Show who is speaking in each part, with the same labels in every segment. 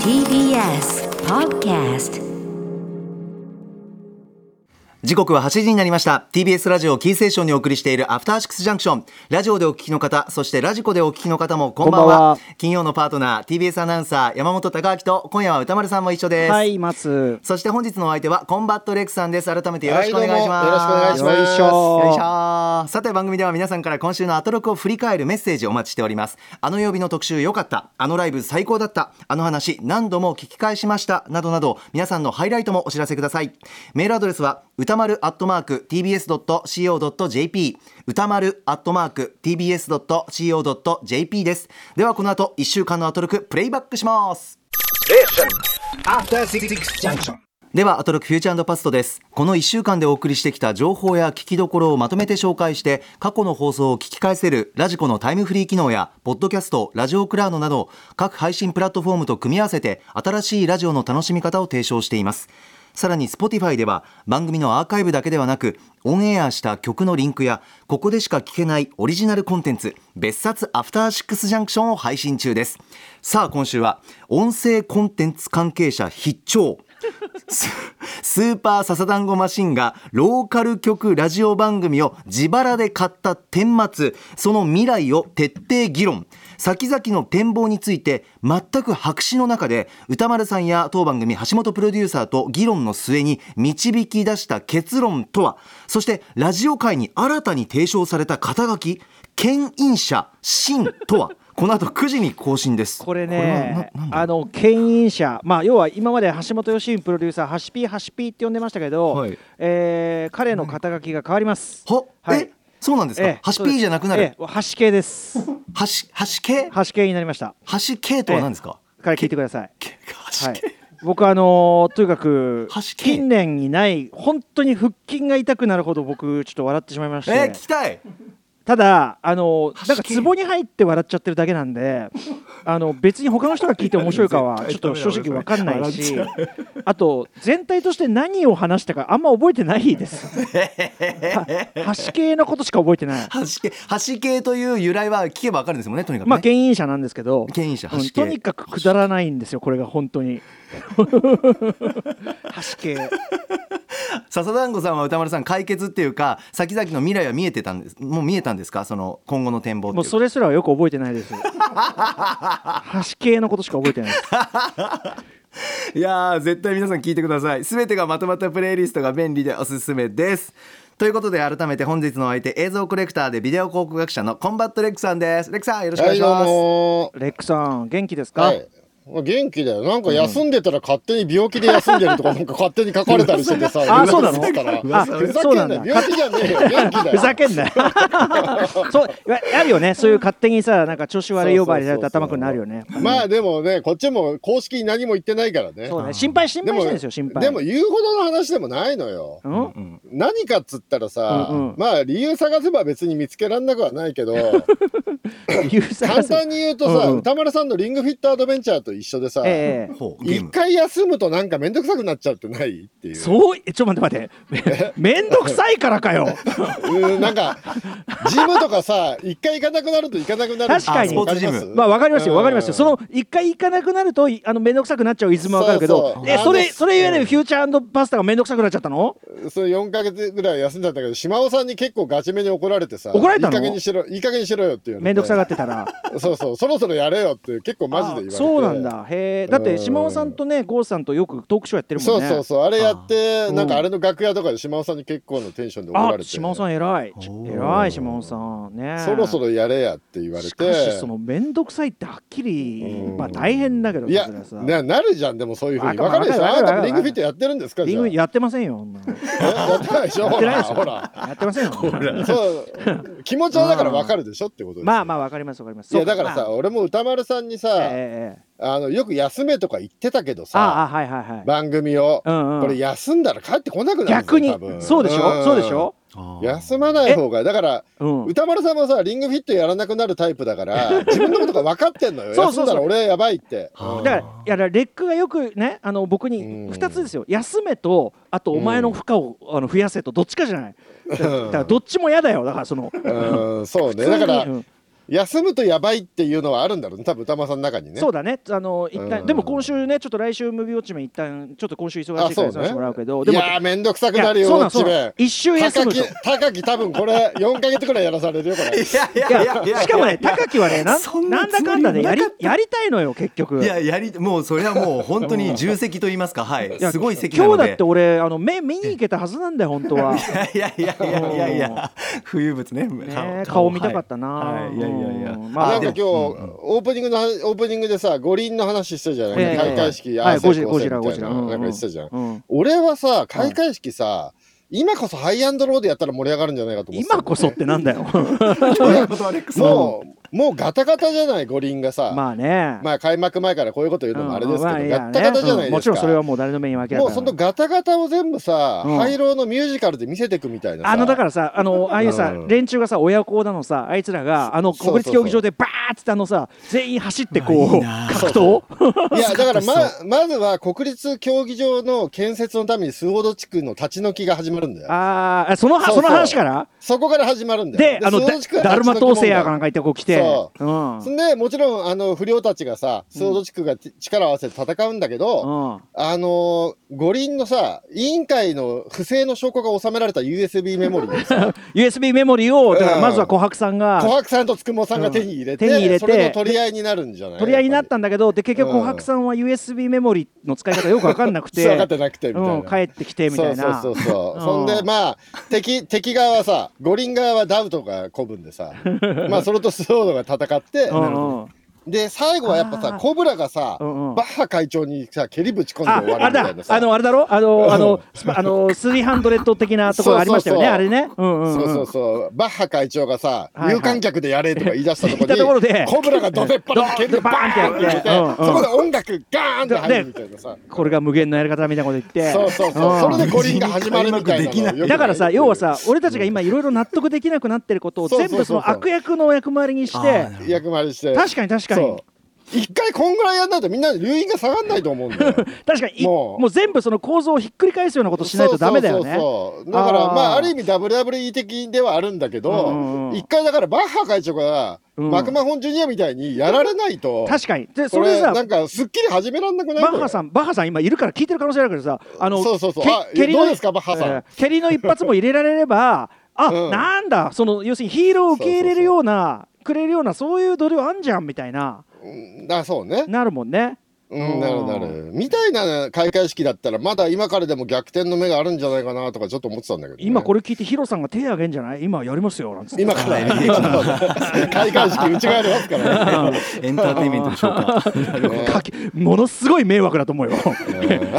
Speaker 1: TBS Podcast
Speaker 2: 時刻は8時になりました TBS ラジオキーステーションにお送りしているアフターシックスジャンクションラジオでお聞きの方そしてラジコでお聞きの方もこんばんは
Speaker 3: こんばんは
Speaker 2: 金曜のパートナー TBS アナウンサー山本貴明と今夜は歌丸さんも一緒です、
Speaker 3: はい、松。
Speaker 2: そして本日のお相手はコンバットレックさんです改めてよろしくお願いします、
Speaker 3: しますよいしょ
Speaker 2: よいしょーさて番組では皆さんから今週のアトロクを振り返るメッセージをお待ちしておりますあの曜日の特集良かったあのライブ最高だったあの話何度も聞き返しましたなどなど皆さんのハイライトもお知らせくださいメールアドレスは歌丸アットマーク tbs.co.jp 歌丸アットマーク tbs.co.jp ですではこの後1週間のアトロクプレイバックしますではアトロックフューチャーパストですこの1週間でお送りしてきた情報や聞きどころをまとめて紹介して過去の放送を聞き返せるラジコのタイムフリー機能やポッドキャストラジオクラウドなど各配信プラットフォームと組み合わせて新しいラジオの楽しみ方を提唱していますさらに Spotify では番組のアーカイブだけではなくオンエアした曲のリンクやここでしか聞けないオリジナルコンテンツ別冊アフターシックスジャンクションを配信中ですさあ今週は音声コンテンツ関係者必聴ススーパーササダンゴマシンがローカル局ラジオ番組を自腹で買った顛末その未来を徹底議論先々の展望について全く白紙の中で歌丸さんや当番組橋本プロデューサーと議論の末に導き出した結論とはそしてラジオ界に新たに提唱された肩書き牽引者真とはこの後9時に更新です
Speaker 3: これ
Speaker 2: は
Speaker 3: ね
Speaker 2: ななん、だ
Speaker 3: あの牽引者、まあ要は今まで橋本良文プロデューサー、ハシピーハシピーって呼んでましたけど、
Speaker 2: はい
Speaker 3: えー彼の肩書きが変わります。
Speaker 2: は、
Speaker 3: はい
Speaker 2: えそうなんですか、
Speaker 3: ええ
Speaker 2: 橋 P じゃなくなる、
Speaker 3: ええハシ系です。
Speaker 2: 橋橋系
Speaker 3: ハシ系になりました。
Speaker 2: 橋系とは何ですか、
Speaker 3: から聞いてください。
Speaker 2: け
Speaker 3: は
Speaker 2: 橋
Speaker 3: い
Speaker 2: 系、。
Speaker 3: 僕あのーとにかく
Speaker 2: ハシ系
Speaker 3: 近年にない本当に腹筋が痛くなるほど僕ちょっと笑ってしまいまして、
Speaker 2: えー聞きたい
Speaker 3: ただあの
Speaker 2: ハシ系
Speaker 3: なんか壺に入って笑っちゃってるだけなんであの別に他の人が聞いて面白いかはちょっと正直わかんないしあと全体として何を話したかあんま覚えてないです。は橋系のことしか覚えてない。
Speaker 2: 橋系橋系という由来は聞けばわかるんですもんねとにかくね、
Speaker 3: まあ牽引者なんですけど
Speaker 2: 牽引者
Speaker 3: うん
Speaker 2: 橋系
Speaker 3: とにかくくだらないんですよこれが本当 に橋系
Speaker 2: 笹団子さんは歌丸さん解決っていうか先々の未来は見えてたんですもう見えたんですかその今後の展望って
Speaker 3: も
Speaker 2: いうう
Speaker 3: それすらよく覚えてないです。橋系のことしか覚えてないです。
Speaker 2: いやー絶対皆さん聞いてください全てがまとまったプレイリストが便利でおすすめですということで改めて本日のお相手映像コレクターでビデオ考古学者のコンバットレックさんですレックさんよろしくお
Speaker 4: は
Speaker 2: 願い
Speaker 4: い、
Speaker 2: し
Speaker 4: どう
Speaker 2: ます、
Speaker 4: も
Speaker 3: レックさん元気です
Speaker 4: ー。
Speaker 3: か？
Speaker 4: はい。まあ元気だよ。なんか休んでたら勝手に病気で休んでるとか、なんか勝手に書かれたりしててさ。
Speaker 3: あそうなの
Speaker 4: だから。
Speaker 3: あ
Speaker 4: ふざ
Speaker 3: そう
Speaker 4: け
Speaker 3: なんん
Speaker 4: な
Speaker 3: だ
Speaker 4: よ。病気じゃねえよ。元気だ
Speaker 3: ふざ
Speaker 4: よ。
Speaker 3: けんなよ。 そういわあるよね。そういう勝手にさなんか調子悪い呼ばわりされて頭くなるよね。
Speaker 4: まあでもね、こっちも公式に何も言ってないからね。
Speaker 3: そうね。心配心
Speaker 4: で
Speaker 3: 配し
Speaker 4: も
Speaker 3: てるんですよ心配。
Speaker 4: でも言うほどの話でもないのよ。
Speaker 3: うん。
Speaker 2: うん
Speaker 4: 何かっつったらさ、
Speaker 3: うんうん
Speaker 4: まあ理由探せば別に見つけらんなくはないけ ど
Speaker 3: ユーザー
Speaker 4: 簡
Speaker 3: さん
Speaker 4: 単に言うとさ、
Speaker 3: うんうん
Speaker 4: 歌丸さんのリングフィットアドベンチャーと一緒でさ、
Speaker 3: ええ
Speaker 2: ほうゲー
Speaker 4: 一
Speaker 2: ム
Speaker 4: 回休むとなんかめんどくさくなっちゃうってないっていう
Speaker 3: そうえちょっと待って待 ってめめんどくさいからかよ
Speaker 4: うんなんかジムとかさ一回行かなくなると行かなくなる
Speaker 3: 確かに
Speaker 4: あわりす
Speaker 2: スポーツジム
Speaker 3: まあわかりましたよわかりました
Speaker 4: う
Speaker 3: よ
Speaker 4: ん
Speaker 3: その一回行かなくなるといあのめんどくさくなっちゃうイズムはわかるけど
Speaker 4: そうそう
Speaker 3: えそ
Speaker 4: あ
Speaker 3: れ
Speaker 4: の
Speaker 3: それゆえ
Speaker 4: うん
Speaker 3: にフューチャーパスタがめんどくさくなっちゃったの
Speaker 4: それ4か月ぐらい休んだんだけど島尾さんに結構ガチめに怒られてさ
Speaker 3: 怒られたの
Speaker 4: いい加減にしろいい加減にしろよっていう
Speaker 3: めんどくさがっててたら
Speaker 4: そうそうそろそろやれよって結構マジで言われて
Speaker 3: あそうなんだへえだっ
Speaker 4: う
Speaker 3: て
Speaker 4: ん
Speaker 3: 島尾さんとね郷さんとよくトークショーやってるも
Speaker 4: そ
Speaker 3: ん
Speaker 4: う
Speaker 3: ね
Speaker 4: そうそうあれやって
Speaker 3: あ
Speaker 4: なんかあれの楽屋とかで島尾さんに結構のテンションで怒ら
Speaker 3: あ
Speaker 4: れて
Speaker 3: 島尾さん偉いち
Speaker 2: おー
Speaker 3: 偉い島尾さんね
Speaker 4: そろそろやれやって言われ
Speaker 3: しかしてその面倒くさいってはっきり
Speaker 4: うん
Speaker 3: まあ大変だけど
Speaker 4: いや
Speaker 3: それはさ
Speaker 4: ななるじゃんでもそういうふうに
Speaker 3: わ
Speaker 4: 分
Speaker 3: か
Speaker 4: か
Speaker 3: る
Speaker 4: るでしょ
Speaker 3: わか
Speaker 4: あ
Speaker 3: る
Speaker 4: な
Speaker 3: わかる
Speaker 4: たリングフィットやってるんですか
Speaker 3: リ
Speaker 4: じ
Speaker 3: ン
Speaker 4: ゃあ
Speaker 3: グ
Speaker 4: え
Speaker 3: やってませんよそんなのや
Speaker 4: やってないでしょ
Speaker 3: ってないですよ
Speaker 4: ほら
Speaker 3: ってません よそんなの
Speaker 4: そう気持ちはだから分かるでしょってことですよ
Speaker 3: まあまあわかりますわかります
Speaker 4: いやだから
Speaker 3: そ
Speaker 4: さ
Speaker 3: う
Speaker 4: 俺も歌丸さん
Speaker 3: ま
Speaker 4: に
Speaker 3: あ
Speaker 4: さ、
Speaker 3: ええええ
Speaker 4: あのよく休めとか言ってたけど
Speaker 3: ああ
Speaker 4: さ
Speaker 3: はいはいはい
Speaker 4: 番組を、
Speaker 3: うんうん
Speaker 4: これ休んだら帰ってこなくなるぞ
Speaker 3: 逆に
Speaker 4: 多分
Speaker 3: そうでしょ
Speaker 4: ん
Speaker 3: そうでしょ
Speaker 2: あー
Speaker 4: 休まない方がだから、
Speaker 3: うん
Speaker 4: 歌丸さんもさリングフィットやらなくなるタイプだから自分のことが分かってんのよ
Speaker 3: そうそうそう
Speaker 4: 休んだら俺やばいって
Speaker 2: はあ
Speaker 4: うん
Speaker 3: だからいやだからレックがよくねあの僕
Speaker 4: うん
Speaker 3: に2つですよ休めとあとお前の負荷をあの増やせとどっちかじゃないだからだからどっちも嫌だよだからその
Speaker 4: うんそうね
Speaker 3: 普通
Speaker 4: だ
Speaker 3: に
Speaker 4: から、
Speaker 3: うん
Speaker 4: 休むとやばいっていうのはあるんだろうね多分歌間さんの中にね
Speaker 3: そうだねあの一
Speaker 4: う
Speaker 3: 旦
Speaker 4: ん
Speaker 3: でも今週ねちょっと来週ムービーウォッチメン一旦ちょっと今週忙しいから
Speaker 4: あそう
Speaker 3: 休
Speaker 4: ね
Speaker 3: ませてもらうけど
Speaker 4: い
Speaker 3: でも
Speaker 4: やーめんどくさくなるよ
Speaker 3: そうな
Speaker 4: ウ
Speaker 3: の
Speaker 4: ォッチ
Speaker 3: そうな
Speaker 4: メ
Speaker 3: の一周
Speaker 4: ン
Speaker 3: 休
Speaker 4: 高
Speaker 3: むと
Speaker 4: 木高木多分 これ4か月くらいやらされるよこれ
Speaker 2: やい
Speaker 3: いやしかもね高木はねなん
Speaker 2: そんな
Speaker 3: な
Speaker 2: んつ
Speaker 3: だ
Speaker 2: も
Speaker 3: かん
Speaker 2: り
Speaker 3: だ
Speaker 2: は
Speaker 3: ねや
Speaker 2: な
Speaker 3: り
Speaker 2: かっ
Speaker 3: やりたいのよ結局
Speaker 2: たいややりもうそれはもう本当に重責と言いますかはい
Speaker 3: いや
Speaker 2: すごい責な
Speaker 3: 今
Speaker 2: の
Speaker 3: 日だ
Speaker 2: で
Speaker 3: って俺あの目見に行けたはずなんだよ本当 は
Speaker 2: いやいやいやいやいやいや浮遊物ね
Speaker 3: ね顔見たかったな
Speaker 2: はいはいいやいやいや
Speaker 3: うんまあ
Speaker 4: なんか
Speaker 2: で
Speaker 4: 今
Speaker 2: も
Speaker 4: 日、オープニングの話オープニングでさ五輪の話してたじゃない、
Speaker 3: ええ
Speaker 4: 開会式、
Speaker 3: はい
Speaker 4: あー成
Speaker 3: ゴジラゴ
Speaker 4: 功せ
Speaker 3: ジ
Speaker 4: ん
Speaker 3: ラゴジラ
Speaker 4: みたいな
Speaker 3: う
Speaker 4: なんか言ってたじゃん、
Speaker 3: うん
Speaker 4: 俺はさ開会式さ、今こそハイアンドローでやったら盛り上がるんじゃないかと思ってた
Speaker 3: 今こそってなんだよ
Speaker 2: どういうことアレックス
Speaker 4: もうもうガタガタじゃない五輪がさ、まあ
Speaker 3: まあね
Speaker 4: 開幕前からこういうこと言うのもあれですけど、
Speaker 3: うんまいいや
Speaker 4: ガタガタじゃないですか、
Speaker 3: うんもちろんそれはもう誰の目に分けら
Speaker 4: も
Speaker 3: れ
Speaker 4: う
Speaker 3: た
Speaker 4: そのガタガタを全部さ、
Speaker 3: うん
Speaker 4: ハイローのミュージカルで見せていくみたいなさ
Speaker 3: あのだからさあのああいうさ
Speaker 4: うん
Speaker 3: 連中がさ親子だのさあいつらがあの
Speaker 4: そうそうそう
Speaker 3: 国立競技場でバーッつってあのさ全員走ってこう
Speaker 2: うわいいな
Speaker 3: 格闘
Speaker 4: いや、だから
Speaker 2: そう
Speaker 4: ま、まずは国立競技場の建設のためにスウォード地区の立ち退きが始まるんだ よ。
Speaker 3: ああそのは
Speaker 4: そう
Speaker 3: そ
Speaker 4: そう
Speaker 3: の話から
Speaker 4: そこから始まるんだよ。
Speaker 3: であの
Speaker 4: スウォード地区が
Speaker 3: ダルマ
Speaker 4: 立ち退き問題
Speaker 3: 統制やかなんか言ってこう来て
Speaker 4: そ
Speaker 3: うん
Speaker 4: そんで、もちろん、あの、不良たちがさ、スウォード地区がち力を合わせて戦うんだけど、
Speaker 3: うん
Speaker 4: あのー五輪のさ、委員会の不正の証拠が収められた USB メモリーを さ、
Speaker 3: USB メモリーをだか
Speaker 4: う
Speaker 3: ら
Speaker 4: ん
Speaker 3: まずは琥珀さん
Speaker 4: 琥
Speaker 3: が
Speaker 4: 珀さんとつくもさんが手に入れて、
Speaker 3: うん手に入れて
Speaker 4: それの取り合いになるんじゃない
Speaker 3: 取り合いになっ
Speaker 4: や
Speaker 3: たんだけどで結局
Speaker 4: うん
Speaker 3: 琥珀さんは USB メモリの使い方よく分かんなく
Speaker 4: っぱりそう分かっててなくて、みたいな。
Speaker 3: うん帰ってきてみたいな
Speaker 4: そうそうそうそうう。
Speaker 3: ん
Speaker 4: そんでまあ敵敵側はさ、五輪側はダウトが古文でさ、まあそれとスロードが戦って、
Speaker 3: うんうん
Speaker 4: で最後はやっぱ
Speaker 3: あ
Speaker 4: さ
Speaker 3: ー
Speaker 4: コブラがさ、
Speaker 3: うんうん
Speaker 4: バッハ会長にさ蹴りぶち込んで
Speaker 3: あ、
Speaker 4: 終わ
Speaker 3: あ
Speaker 4: る
Speaker 3: れ
Speaker 4: みたい
Speaker 3: だ
Speaker 4: な、さ。
Speaker 3: あの、あれだろあの、あの、スパあの、スリーハンドレッド的なところありましたよね、
Speaker 4: そう
Speaker 3: あ
Speaker 4: そう
Speaker 3: れ
Speaker 4: そう
Speaker 3: ね。うんうん。
Speaker 4: そううんそうそうバッハ会長がさ、
Speaker 3: はいはい
Speaker 4: 有観客でやれとか言い出したとこ
Speaker 3: 言ったところ
Speaker 4: ろ
Speaker 3: で
Speaker 4: にコブラがどてっぱら蹴りで
Speaker 3: バ
Speaker 4: バ
Speaker 3: ーンってやっ
Speaker 4: ー
Speaker 3: て
Speaker 4: ンってやって
Speaker 3: うんうん
Speaker 4: そこで音楽ガーンって入るみたいなさ
Speaker 3: これが無限のやり方みたいなこと言って。
Speaker 4: そうそうそう、
Speaker 3: ん
Speaker 4: それで五輪が始まるみたいなのをよくね
Speaker 3: だからさ、要はさ、俺たちが今いろいろ納得できなくなってることを
Speaker 4: そう
Speaker 3: 全
Speaker 4: そうそう
Speaker 3: 部その悪役の役回りにし
Speaker 2: あ
Speaker 3: て
Speaker 2: ー、
Speaker 4: 役回りして
Speaker 3: 確かに確かに
Speaker 4: そ。う一回こんぐらいやんないとみんな留飲が下がんないと思うん だよ
Speaker 3: 確かにい、も
Speaker 4: もう
Speaker 3: う全部その構造をひっくり返すようなことしないとダメだよね。
Speaker 4: そうそうそうそうだから
Speaker 3: あー
Speaker 4: まあある意味 WWE 的ではあるんだけど、
Speaker 3: うんうんうん
Speaker 4: 一回だからバッハ会長が、
Speaker 3: うん
Speaker 4: マクマホンジュニアみたいにやられないと
Speaker 3: 確かに。で、そ
Speaker 4: こ
Speaker 3: れで
Speaker 4: れ
Speaker 3: さ、
Speaker 4: なんかすっきり始めらんなくない
Speaker 3: バッハさ
Speaker 4: ん
Speaker 3: ん、バッハさん今いるから聞いてる可能性あるけどさ、あの、
Speaker 4: そうそうそう
Speaker 3: け
Speaker 4: あ
Speaker 3: 蹴りの
Speaker 4: どうですかバッハさん
Speaker 3: えー蹴りの一発も入れられれ ば、あ、
Speaker 4: うん
Speaker 3: なんだ、その要するにヒーローを受け入れるような、くれるようなそういう度量あんじゃんみたいな、
Speaker 4: あそうね
Speaker 3: なるもんね。
Speaker 4: うんなるなるみたいな開会式だったらまだ今からでも逆転の目があるんじゃないかなとかちょっと思ってたんだけどね、
Speaker 3: 今これ聞いてヒロさんが手挙げんじゃない？今やりますよなんつって。
Speaker 4: 今から 開会式うちがやりますからね
Speaker 2: エンターテインメントでしょうか
Speaker 3: かけものすごい迷惑だと思うよ。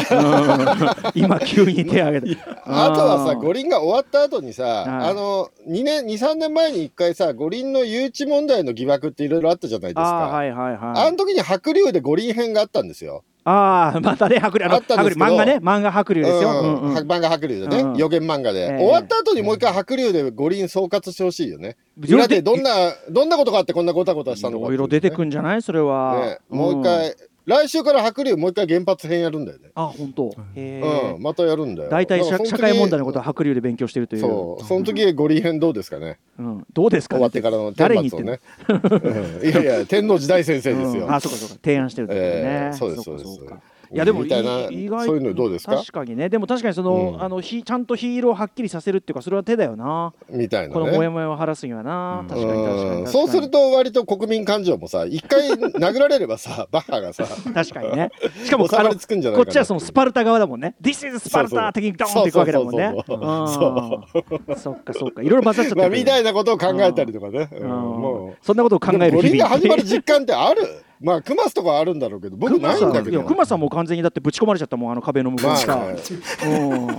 Speaker 3: 今急に手挙げて。
Speaker 4: あとはさ、
Speaker 3: うん
Speaker 4: 五輪が終わった後にさ、
Speaker 3: はい
Speaker 4: あの、2年、2、3年前に一回さ、五輪の誘致問題の疑惑っていろいろあったじゃないです
Speaker 3: ああ
Speaker 4: か。あ,、
Speaker 3: ーはいはいはい
Speaker 4: の。時に白龍で五輪編があったんですよ。
Speaker 3: ああまたね白龍あの
Speaker 4: あったん
Speaker 3: 白
Speaker 4: で
Speaker 3: 龍
Speaker 4: すけど
Speaker 3: 漫画ね漫画白龍ですよ。
Speaker 4: うん
Speaker 3: うんうん
Speaker 4: 漫画白龍でね、
Speaker 3: うん
Speaker 4: 予言漫画で、
Speaker 3: ええ
Speaker 4: 終わった後にもう一回白龍で五輪総括してほしいよね。
Speaker 3: いろいろ
Speaker 4: 裏
Speaker 3: で
Speaker 4: でどんな、どんなことがあってこんなごたごたしたの
Speaker 3: い
Speaker 4: か
Speaker 3: ろいろ出てく
Speaker 4: る、
Speaker 3: んじゃないそれは、
Speaker 4: ね。もう一回、来週から白龍もう一回原発編やるんだよね。
Speaker 3: あ本当へえ、
Speaker 4: うん、またやるんだよ。
Speaker 3: 大体
Speaker 4: だ
Speaker 3: 社
Speaker 4: からそ
Speaker 3: 社
Speaker 4: の時
Speaker 3: 会問題のことは白龍で勉強してるという
Speaker 4: そう、その時五輪編どうですかね。
Speaker 3: う、ん、どうですか
Speaker 4: 終
Speaker 3: ね
Speaker 4: わってからの
Speaker 3: 誰に
Speaker 4: 天
Speaker 3: 言
Speaker 4: 罰
Speaker 3: っ
Speaker 4: を
Speaker 3: てんの
Speaker 4: ね。うんいやいや、天皇時代先生ですよ。
Speaker 3: うんあそうかそうか提案してるというね、
Speaker 4: ええそうです
Speaker 3: か
Speaker 4: そうです
Speaker 3: か
Speaker 4: うん
Speaker 3: いやでも
Speaker 4: みたいな
Speaker 3: 意外
Speaker 4: そういうのどうですか
Speaker 3: 確かにねでも確かにその、
Speaker 4: うん
Speaker 3: あのひちゃんとヒーローをはっきりさせるっていうかそれは手だよな
Speaker 4: みたいな
Speaker 3: このモヤ
Speaker 4: ね。
Speaker 3: モヤを晴らすにはな、
Speaker 2: うん
Speaker 3: 確かに確かに確か
Speaker 4: うん
Speaker 3: に
Speaker 4: そうすると割と国民感情もさ一回殴られればさ バッハがさ
Speaker 3: 確かに ねしかも
Speaker 4: 収
Speaker 3: あ
Speaker 4: ま
Speaker 3: の
Speaker 4: りつくんじゃない
Speaker 3: こ
Speaker 4: かな
Speaker 3: っちはそのスパルタ側だもんね This is スパル
Speaker 4: そうそ
Speaker 3: タ
Speaker 4: う
Speaker 3: 的にドーンっていくわけだもんね
Speaker 4: そうそう
Speaker 3: うんそっかそっかいろいろ混ざっちゃって
Speaker 4: まあ
Speaker 3: るけ
Speaker 4: み
Speaker 3: ど
Speaker 4: たいなことを考えたりとかね、う
Speaker 3: うんん
Speaker 4: も
Speaker 3: そんなことを考
Speaker 4: う
Speaker 3: える
Speaker 4: 五
Speaker 3: 日
Speaker 4: 輪が
Speaker 3: 々
Speaker 4: 始まる実感ってあるまあクマスとかはあるんだろうけど僕
Speaker 3: クマ
Speaker 4: ない
Speaker 3: さ
Speaker 4: ん
Speaker 3: ん
Speaker 4: だけ
Speaker 3: いや
Speaker 4: ど
Speaker 3: クマさんも完全にだってぶち込まれちゃったもんあの壁の向こう
Speaker 4: ま
Speaker 3: に
Speaker 4: あ
Speaker 3: さ、
Speaker 4: ね
Speaker 3: う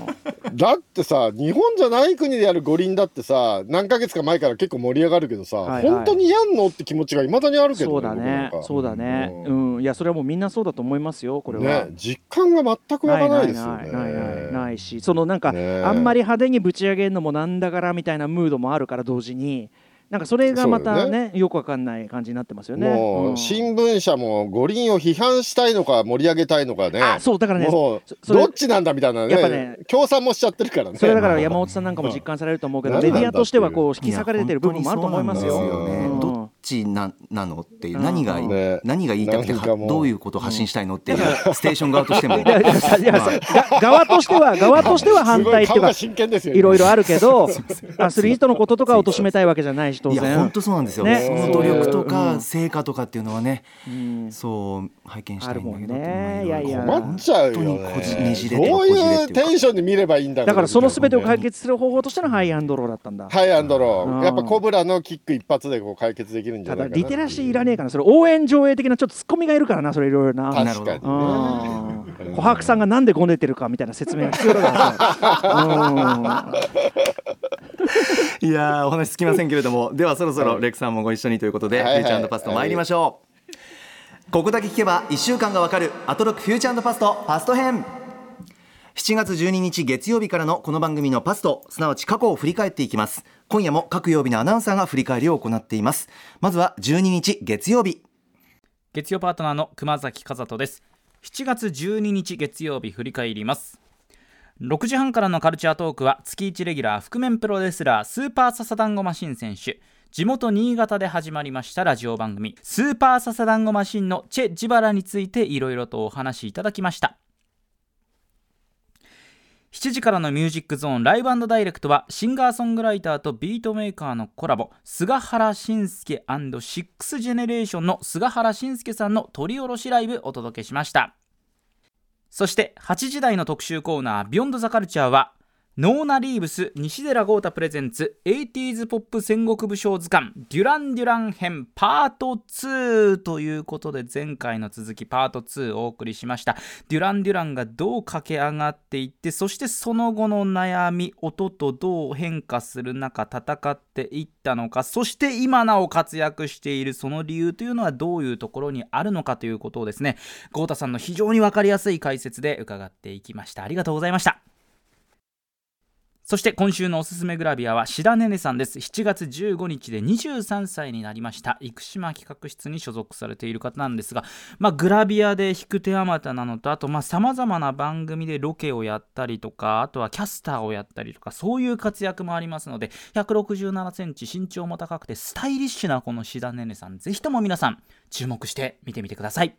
Speaker 3: ん
Speaker 4: だってさ日本じゃない国でやる五輪だってさ何ヶ月か前から結構盛り上がるけどさ、
Speaker 3: はいはい
Speaker 4: 本当にやんのって気持ちがいまだにあるけど
Speaker 3: そうだね
Speaker 4: 僕なんか
Speaker 3: そうだね
Speaker 4: うん
Speaker 3: うんいやそれはもうみんなそうだと思いますよこれは
Speaker 4: ね、実感が全く湧かないですよ
Speaker 3: ない
Speaker 4: ね。
Speaker 3: ないないないしそのなんか
Speaker 4: ね
Speaker 3: あんまり派手にぶち上げるのもなんだからみたいなムードもあるから同時になんかそれがまた
Speaker 4: そうだ
Speaker 3: ねよくわかんない感じになってますよね
Speaker 4: も
Speaker 3: うん
Speaker 4: う新聞社も五輪を批判したいのか盛り上げたいのかね。
Speaker 3: あそうだからね
Speaker 4: もう
Speaker 3: そそれ
Speaker 4: どっちなんだみたいな
Speaker 3: やっぱ
Speaker 4: ね
Speaker 3: ね
Speaker 4: 協賛もしちゃってるからね。
Speaker 3: それだから山本さんなんかも実感されると思うけど
Speaker 4: うん
Speaker 3: メディアとしてはこう引き裂かれてる部分もあると思います
Speaker 4: いや
Speaker 3: よ
Speaker 4: 本当にそうなんですよね
Speaker 3: うん
Speaker 2: どっちななのっていう何がいい、
Speaker 4: ね
Speaker 2: 何が言いたくて
Speaker 4: なん
Speaker 2: は
Speaker 4: かもう
Speaker 2: どういうことを発信したいのっていうステーション側としても。
Speaker 3: いやいやさいや
Speaker 2: まあ
Speaker 3: さが側としては側としては反対って
Speaker 4: す
Speaker 3: い
Speaker 4: ごいう顔
Speaker 3: か
Speaker 4: が真剣ですよ。
Speaker 3: いろいろあるけ どアスリートのこととかを貶めたいわけじゃないし当
Speaker 2: いや本
Speaker 3: 然
Speaker 2: 当そうなんですよ、
Speaker 3: ね
Speaker 2: その努力と
Speaker 3: う
Speaker 2: か
Speaker 3: ん
Speaker 2: 成果とかっていうのはね、
Speaker 3: うん
Speaker 2: そう拝見したいんだけど
Speaker 3: あるもんね
Speaker 2: って思
Speaker 3: いやいや
Speaker 2: ろろ
Speaker 4: 困っちゃうよ、
Speaker 2: 本当にこじねじ
Speaker 4: ね。
Speaker 2: れてる
Speaker 4: どう
Speaker 2: こじれ
Speaker 4: い
Speaker 2: て
Speaker 4: う
Speaker 2: る
Speaker 4: テンションで見ればいいんだ
Speaker 3: だからその全てを解
Speaker 4: 決
Speaker 3: 決する方法としてのハイアンドローだったんだ
Speaker 4: ハイアンドロ
Speaker 3: うん
Speaker 4: ー。やっぱコブラのキック一発でこう解決できるんじゃ
Speaker 3: ただ
Speaker 4: ないかな。
Speaker 3: リテラシーいらねえかなそれ応援上映的なちょっとツッコミがいるからなそれいろいろな
Speaker 2: あなるほ
Speaker 4: 確
Speaker 2: ど
Speaker 4: かにね。
Speaker 3: うん琥珀さんがなんでごねてるかみたいな説明が必要だからさ
Speaker 2: いやーお話つきませんけれどもではそろそろ
Speaker 4: はい
Speaker 2: レクさんもご一緒にということで「
Speaker 4: はいは
Speaker 2: フ
Speaker 4: い
Speaker 2: ューチャーパスト」参りましょうここだけ聞けば1週間がわかる「アトロックフューチャーパスト」パスト編7月12日月曜日からのこの番組のパストすなわち過去を振り返っていきます今夜も各曜日のアナウンサーが振り返りを行っていますまずは12日月曜日
Speaker 5: 月曜パートナーの熊崎和人です7月12日月曜日振り返ります6時半からのカルチャートークは月1レギュラー覆面プロレスラースーパーササダンゴマシン選手地元新潟で始まりましたラジオ番組「スーパーササダンゴマシン」のチェ・ジバラについていろいろとお話しいただきました7時からのミュージックゾーンライブダイレクトはシンガーソングライターとビートメーカーのコラボ菅原信介 &6 ジェネレーションの菅原信介さんの取り下ろしライブお届けしましたそして8時台の特集コーナー「ビヨンドザカルチャーはノーナ・リーブス西寺豪太プレゼンツ 80s ポップ戦国武将図鑑デュラン・デュラン編パート2ということで前回の続きパート2をお送りしましたデュラン・デュランがどう駆け上がっていってそしてその後の悩み音とどう変化する中戦っていったのかそして今なお活躍しているその理由というのはどういうところにあるのかということをですね豪太さんの非常に分かりやすい解説で伺っていきましたありがとうございましたそして今週のおすすめグラビアは志田ねねさんです7月15日で23歳になりました生島企画室に所属されている方なんですが、まあ、グラビアで引く手あまたなのとあとさまざまな番組でロケをやったりとかあとはキャスターをやったりとかそういう活躍もありますので1 6 7センチ身長も高くてスタイリッシュなこの志田ねねさんぜひとも皆さん注目して見てみてください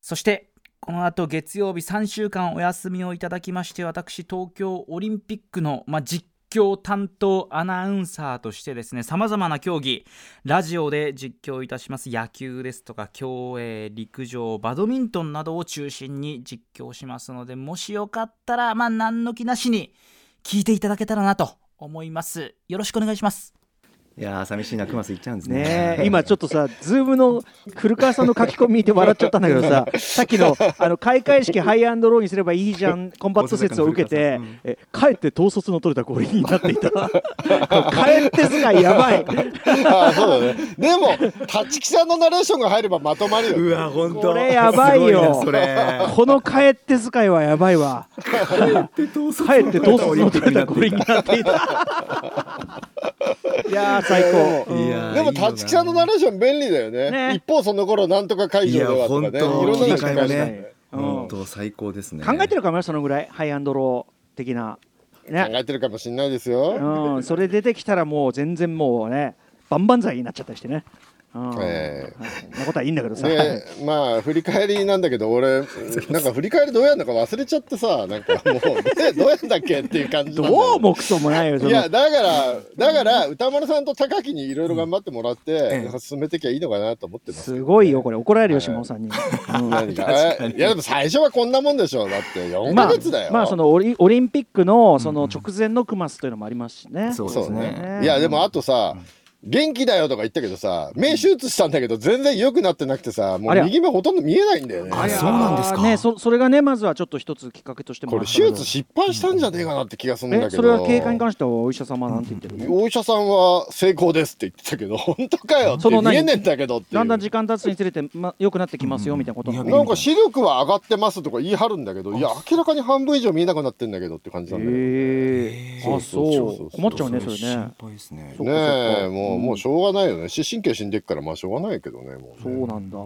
Speaker 5: そしてこの後月曜日3週間お休みをいただきまして私東京オリンピックの、まあ、実況担当アナウンサーとしてですねさまざまな競技ラジオで実況いたします野球ですとか競泳陸上バドミントンなどを中心に実況しますのでもしよかったらまあ何の気なしに聞いていただけたらなと思いますよろしくお願いします
Speaker 2: いやー寂しいなクマス行っちゃうんですね
Speaker 3: ねえ 今ちょっとさズームの古川さんの書き込み見て笑っちゃったんだけど ささっきのあの開会式ハイアンドローにすればいいじゃん コンパクト説を受けて、えかえって統率の取れた五輪になっていたこ うかえって使いやばい
Speaker 4: ああ、そうだね。でも、立木さんのナレーションが入ればまとま るよね。
Speaker 2: うわ本当
Speaker 3: これやばいよ
Speaker 2: すごなそれ
Speaker 3: このかえって使いはやばいわかえって統率の取れた五輪になっていたいやー最高
Speaker 2: いやー
Speaker 4: でも
Speaker 2: いいよな
Speaker 4: 立木さんのナレーション便利だよね
Speaker 3: ね
Speaker 4: 一方その頃なんとか会場ではと
Speaker 2: い
Speaker 4: かねい
Speaker 2: や本当
Speaker 4: ろん
Speaker 2: 切
Speaker 4: なの
Speaker 2: り替え
Speaker 4: が
Speaker 2: がね
Speaker 3: うん
Speaker 2: 本当最高ですね
Speaker 3: 考えてるかもよそのぐらいハイアンドロー的なね
Speaker 4: 考えてるかもしれないですよ、
Speaker 3: うん、それ出てきたらもう全然もうね万々歳になっちゃったりしてね、うん
Speaker 4: ええ
Speaker 3: そんなことはいいんだけどさ、
Speaker 4: でまあ振り返りなんだけど俺なんか振り返りどうやるのか忘れちゃってさなんかもう ねどうやんだっけっていう感じなんだよね
Speaker 3: どうもクソもないよそ
Speaker 4: い
Speaker 3: の
Speaker 4: やだからだから歌丸さんと高木にいろいろ頑張ってもらって、
Speaker 2: え
Speaker 4: なんか進めてきゃいいのかなと思ってます
Speaker 3: すごいよこれ怒られるよ下尾さんに、うん
Speaker 4: 何がえいやでも最初はこんなもんでしょだって4
Speaker 3: ま
Speaker 4: ヶ
Speaker 3: あ
Speaker 4: 月だよ、
Speaker 3: まあそのオリオリンピックのその直前のクマスというのもありますしね、
Speaker 2: そうで
Speaker 4: そ
Speaker 2: す
Speaker 4: う
Speaker 2: ね
Speaker 4: ね。いやでもあとさ、元気だよとか言ったけどさ、目手術したんだけど全然良くなってなくてさ、も
Speaker 3: あ
Speaker 4: う
Speaker 3: りゃ
Speaker 4: 右目ほとんど見えないんだよね。
Speaker 2: あそうなんですか
Speaker 3: ねそそれがねまずはちょっと一つきっかけとしても
Speaker 4: こ
Speaker 3: あ
Speaker 4: れ
Speaker 3: ったけど
Speaker 4: 手術失敗したんじゃねえかなって気がするんだ
Speaker 3: え
Speaker 4: け
Speaker 3: そ
Speaker 4: ど。
Speaker 3: れは経過に関してはお医者様はなんて言ってるの、
Speaker 4: お医者さんは成功ですって言ってたけど、 本当かよって
Speaker 3: その何
Speaker 4: 見えねえんだけどっていう。
Speaker 3: だんだん時間経つにつれて、ま、良くなってきますよみたいなことなの
Speaker 2: うん
Speaker 4: なんか視力は上がってますとか言い張るんだけど、いや明らかに半分以上見えなくなってんだけどって感じなんだよね。
Speaker 3: へえあ
Speaker 4: そうそうそうそ
Speaker 3: そうう困っちゃうねそれね
Speaker 2: 心配ですね
Speaker 3: そうか
Speaker 4: ね
Speaker 3: そ
Speaker 4: え
Speaker 3: うか
Speaker 4: もう、
Speaker 3: うん
Speaker 4: もうしょうがないよね。視神経死んでっからまあしょうがないけどねもうね
Speaker 3: そうなんだ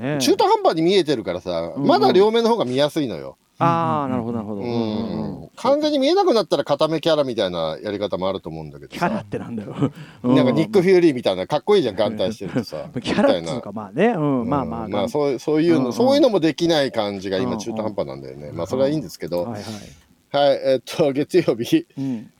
Speaker 3: ね。
Speaker 4: 中途半端に見えてるからさ、
Speaker 3: うん
Speaker 4: まだ両目の方が見やすいのよ。
Speaker 3: ああ、なるほど、なるほど。
Speaker 4: うん完全に見えなくなったら固めキャラみたいなやり方もあると思うんだけど
Speaker 3: キャラ
Speaker 4: さ
Speaker 3: っ。てなんだよ。
Speaker 4: なんかニック・
Speaker 3: フ。
Speaker 4: フューリーみたいなかっこいいじゃん眼帯してるとさ
Speaker 3: キャラっつ
Speaker 4: みたいうな
Speaker 3: かまあね、うん、まあまあ、
Speaker 4: うんまあそうそういう
Speaker 3: うんうん
Speaker 4: のそういうのもできない感じが
Speaker 3: うんう
Speaker 4: 今
Speaker 3: ん
Speaker 4: 中途半端なんだよねまあそれはいいんですけどは
Speaker 3: はいはい。
Speaker 4: いえっと月曜日
Speaker 3: うん、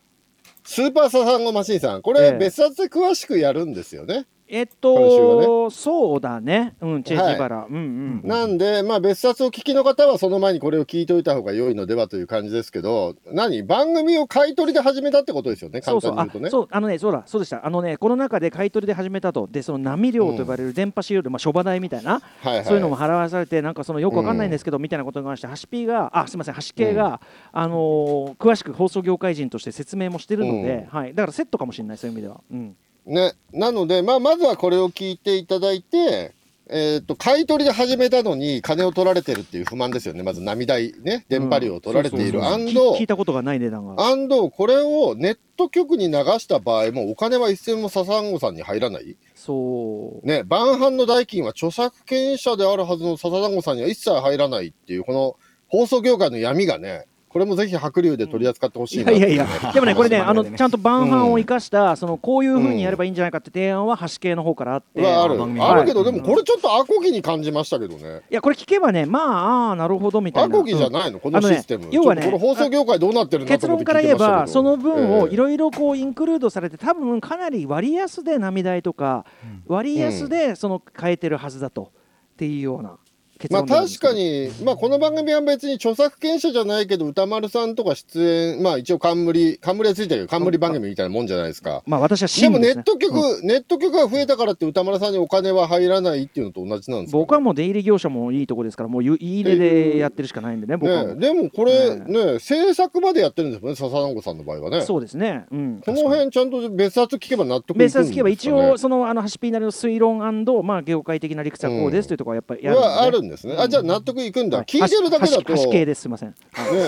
Speaker 4: スーパーササンゴマシンさんこ
Speaker 3: え
Speaker 4: れ
Speaker 3: え
Speaker 4: 別冊で詳しくやるんですよね
Speaker 3: えっ
Speaker 4: 今週
Speaker 3: と、
Speaker 4: は
Speaker 3: そうだね。うん、チェンジバラ。うんうん。
Speaker 4: なんでまあ別冊を聞きの方はその前にこれを聞いておいた方が良いのではという感じですけど何番組を買い取りで始めたってことですよね
Speaker 3: そ
Speaker 4: 簡
Speaker 3: うそ
Speaker 4: 単
Speaker 3: う
Speaker 4: に
Speaker 3: あ
Speaker 4: 言うとね
Speaker 3: そうあのねそうだそうでしたあのねこの中で買い取りで始めたとでその波量と呼ばれる電波使用料、まあ諸場代みたいな、
Speaker 4: はいはい
Speaker 3: そういうのも払わされてなんかそのよくわかんないんですけど、みたいなことに関してハシピーがあすみませんハシ系が、あのー詳しく放送業界人として説明もしてるので、はいだからセットかもしれないそういう意味では、うん、
Speaker 4: ね、なので、まあ、まずはこれを聞いていただいて、えー、と買い取りで始めたのに金を取られてるっていう不満ですよねまず波代ね電波量を取られている、
Speaker 3: うん
Speaker 4: ア
Speaker 3: そうそうそ
Speaker 4: ン
Speaker 3: う
Speaker 4: ド
Speaker 3: 聞聞いたことがない値段が
Speaker 4: アンドこれをネット局に流した場合もお金は一銭もササンゴさんに入らない、
Speaker 3: そう
Speaker 4: ね、晩飯の代金は著作権者であるはずのササンゴさんには一切入らないっていうこの放送業界の闇がねこれもぜひ白龍で取り扱ってほしい
Speaker 3: い
Speaker 4: なと
Speaker 3: やいやいや、でもね、これ ね、
Speaker 2: まあ
Speaker 3: あの
Speaker 2: まあね
Speaker 3: ちゃんと晩飯を生かした、そのこういう風にやればいいんじゃないかって提案は、橋系の方からあって、
Speaker 4: はあ
Speaker 2: 番組
Speaker 4: る
Speaker 2: の
Speaker 4: あるけど、
Speaker 3: はい
Speaker 4: でもこれちょっとアコギに感じましたけどね
Speaker 3: いや、これ聞けばね、まあ、ああ、なるほどみたい
Speaker 4: ア
Speaker 3: な。
Speaker 4: コギじゃないの、この
Speaker 3: あのね
Speaker 4: システム。
Speaker 3: 要はね
Speaker 4: ちょっとこの放送業界どうなってる
Speaker 3: うん
Speaker 4: だと
Speaker 3: 結
Speaker 4: 思
Speaker 3: 論
Speaker 4: って
Speaker 3: から
Speaker 4: 聞い
Speaker 3: 言え
Speaker 4: てましたけ
Speaker 3: ば、
Speaker 4: ど
Speaker 3: その分をい
Speaker 4: え
Speaker 3: ろいろこうインクルードされて、多分かなり割安で涙代とか、割安でその変えてるはずだと、っていうような
Speaker 4: え
Speaker 3: 結
Speaker 4: まあ
Speaker 3: 論になるんで
Speaker 4: 確
Speaker 3: すけど
Speaker 4: かに、まあこの番組は別に著作権者じゃないけど、歌丸さんとか出演、まあ一応冠、冠はついてるけど、冠番組みたいなもんじゃないですか。
Speaker 3: まあ私は
Speaker 4: で
Speaker 3: 真
Speaker 4: も
Speaker 3: 理で
Speaker 4: ネ
Speaker 3: す、
Speaker 4: ッ
Speaker 3: ね、
Speaker 4: ト局、ネット局が増えたからって歌丸さんにお金は入らないっていうのと同じなんですかね
Speaker 3: 僕はもう出入り業者もいいとこですから、もう言い入れでやってるしかないんでね、僕はも
Speaker 4: ね
Speaker 3: う、
Speaker 4: でもこれ、
Speaker 3: え
Speaker 4: ね制作までやってるんですよね、笹南子さんの場合はね。
Speaker 3: そうですね、うん、
Speaker 4: この辺ちゃんと別冊聞けば納得いくん
Speaker 3: 明
Speaker 4: ですかね
Speaker 3: 察聞けば一応そのあのハシピーなりの推論まあ業界的な理屈はこうですというところはやっぱりやるんでね
Speaker 4: はあるんですね。あ、じゃあ納得いくんだ。
Speaker 3: はい
Speaker 4: 聞いてるだ
Speaker 3: は
Speaker 4: けだ
Speaker 3: しはし
Speaker 4: と。
Speaker 3: 系ですすいませんはい
Speaker 4: ね、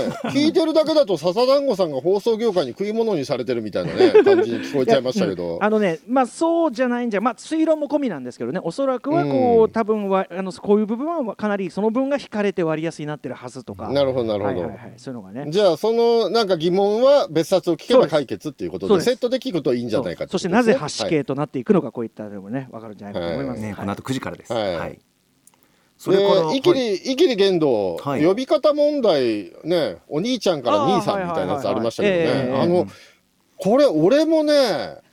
Speaker 4: 聞いてるだけだと笹団子さんが放送業界に食い物にされてるみた いなね感じに聞こえちゃいましたけど
Speaker 3: あのねまあそうじゃないんじゃまあ推論も込みなんですけどねおそらくはこ
Speaker 4: う
Speaker 3: うん多分はあのこういう部分はかなりその分が引かれて割安になってるはずとか
Speaker 4: なるほどなるほど、
Speaker 3: はいはいはいそういうのがね
Speaker 4: じゃあそのなんか疑問は別冊を聞け
Speaker 3: そうで
Speaker 4: ば
Speaker 3: す
Speaker 4: 解決っていうこと
Speaker 3: そう
Speaker 4: で
Speaker 3: です
Speaker 4: セットで聞くといいんじゃない
Speaker 3: そ
Speaker 4: か
Speaker 3: うそしてなぜハ
Speaker 4: ハ
Speaker 3: シ
Speaker 4: シ
Speaker 3: 系となっていくのかこういったでもねわかるんじゃないかと思います
Speaker 2: ね、
Speaker 3: は
Speaker 2: こ
Speaker 3: い
Speaker 2: の後9時からです。
Speaker 4: はい
Speaker 2: はい。そ
Speaker 4: で
Speaker 2: れから、
Speaker 4: イキ
Speaker 2: はい
Speaker 4: リイキリ言動、
Speaker 2: はい、
Speaker 4: 呼び方問題ねお兄ちゃんから
Speaker 3: あー
Speaker 4: 兄さんみたいなやつありましたけどね、
Speaker 3: はいはいはいはいええ
Speaker 4: あのこれ俺もね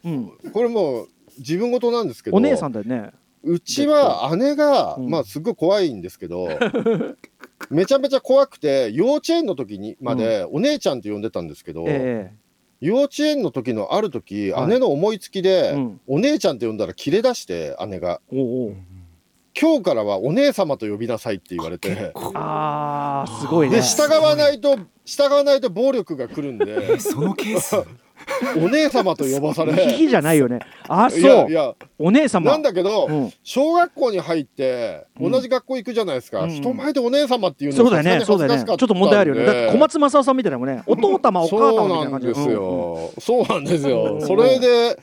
Speaker 3: うん
Speaker 4: これもう自分事なんですけど
Speaker 3: お姉さんだよね
Speaker 4: うちは姉が、
Speaker 3: うん
Speaker 4: まあすっごい怖いんですけど、 めちゃめちゃ怖くて、幼稚園の時にまで、お姉ちゃんって呼んでたんですけど、
Speaker 3: え
Speaker 4: 幼稚園の時のある時、
Speaker 3: はい
Speaker 4: 姉の思いつきで、
Speaker 3: うん
Speaker 4: お姉ちゃんって呼んだら切れ出して、姉が、
Speaker 3: えおうおう
Speaker 4: 今日からはお姉様と呼びなさいって言われて、
Speaker 3: あーすごいね
Speaker 4: で、従わないと、従わないと暴力が来 るんで
Speaker 2: そのケース。
Speaker 4: お姉様と呼ばされ、
Speaker 3: ヒヒじゃないよね。あ、
Speaker 4: いや
Speaker 3: そう
Speaker 4: い。や、
Speaker 3: お姉様。
Speaker 4: なんだけど、
Speaker 3: うん
Speaker 4: 小学校に入って同じ学校行くじゃないですか、
Speaker 3: うん
Speaker 4: 人前でお姉様っていうの
Speaker 3: そ
Speaker 4: は
Speaker 3: うだよね。
Speaker 4: さ
Speaker 3: そ
Speaker 4: す
Speaker 3: う
Speaker 4: が
Speaker 3: だよ
Speaker 4: に恥
Speaker 3: ね。ち
Speaker 4: ずかし
Speaker 3: ょ
Speaker 4: か
Speaker 3: っと問題あるよね。だって小
Speaker 4: 松
Speaker 3: 松政夫さんみたいなもんね。お父様、お母様みたいな感じ
Speaker 4: そうなんです。よ、そうなんです
Speaker 3: う
Speaker 4: よ、
Speaker 3: ん
Speaker 4: それで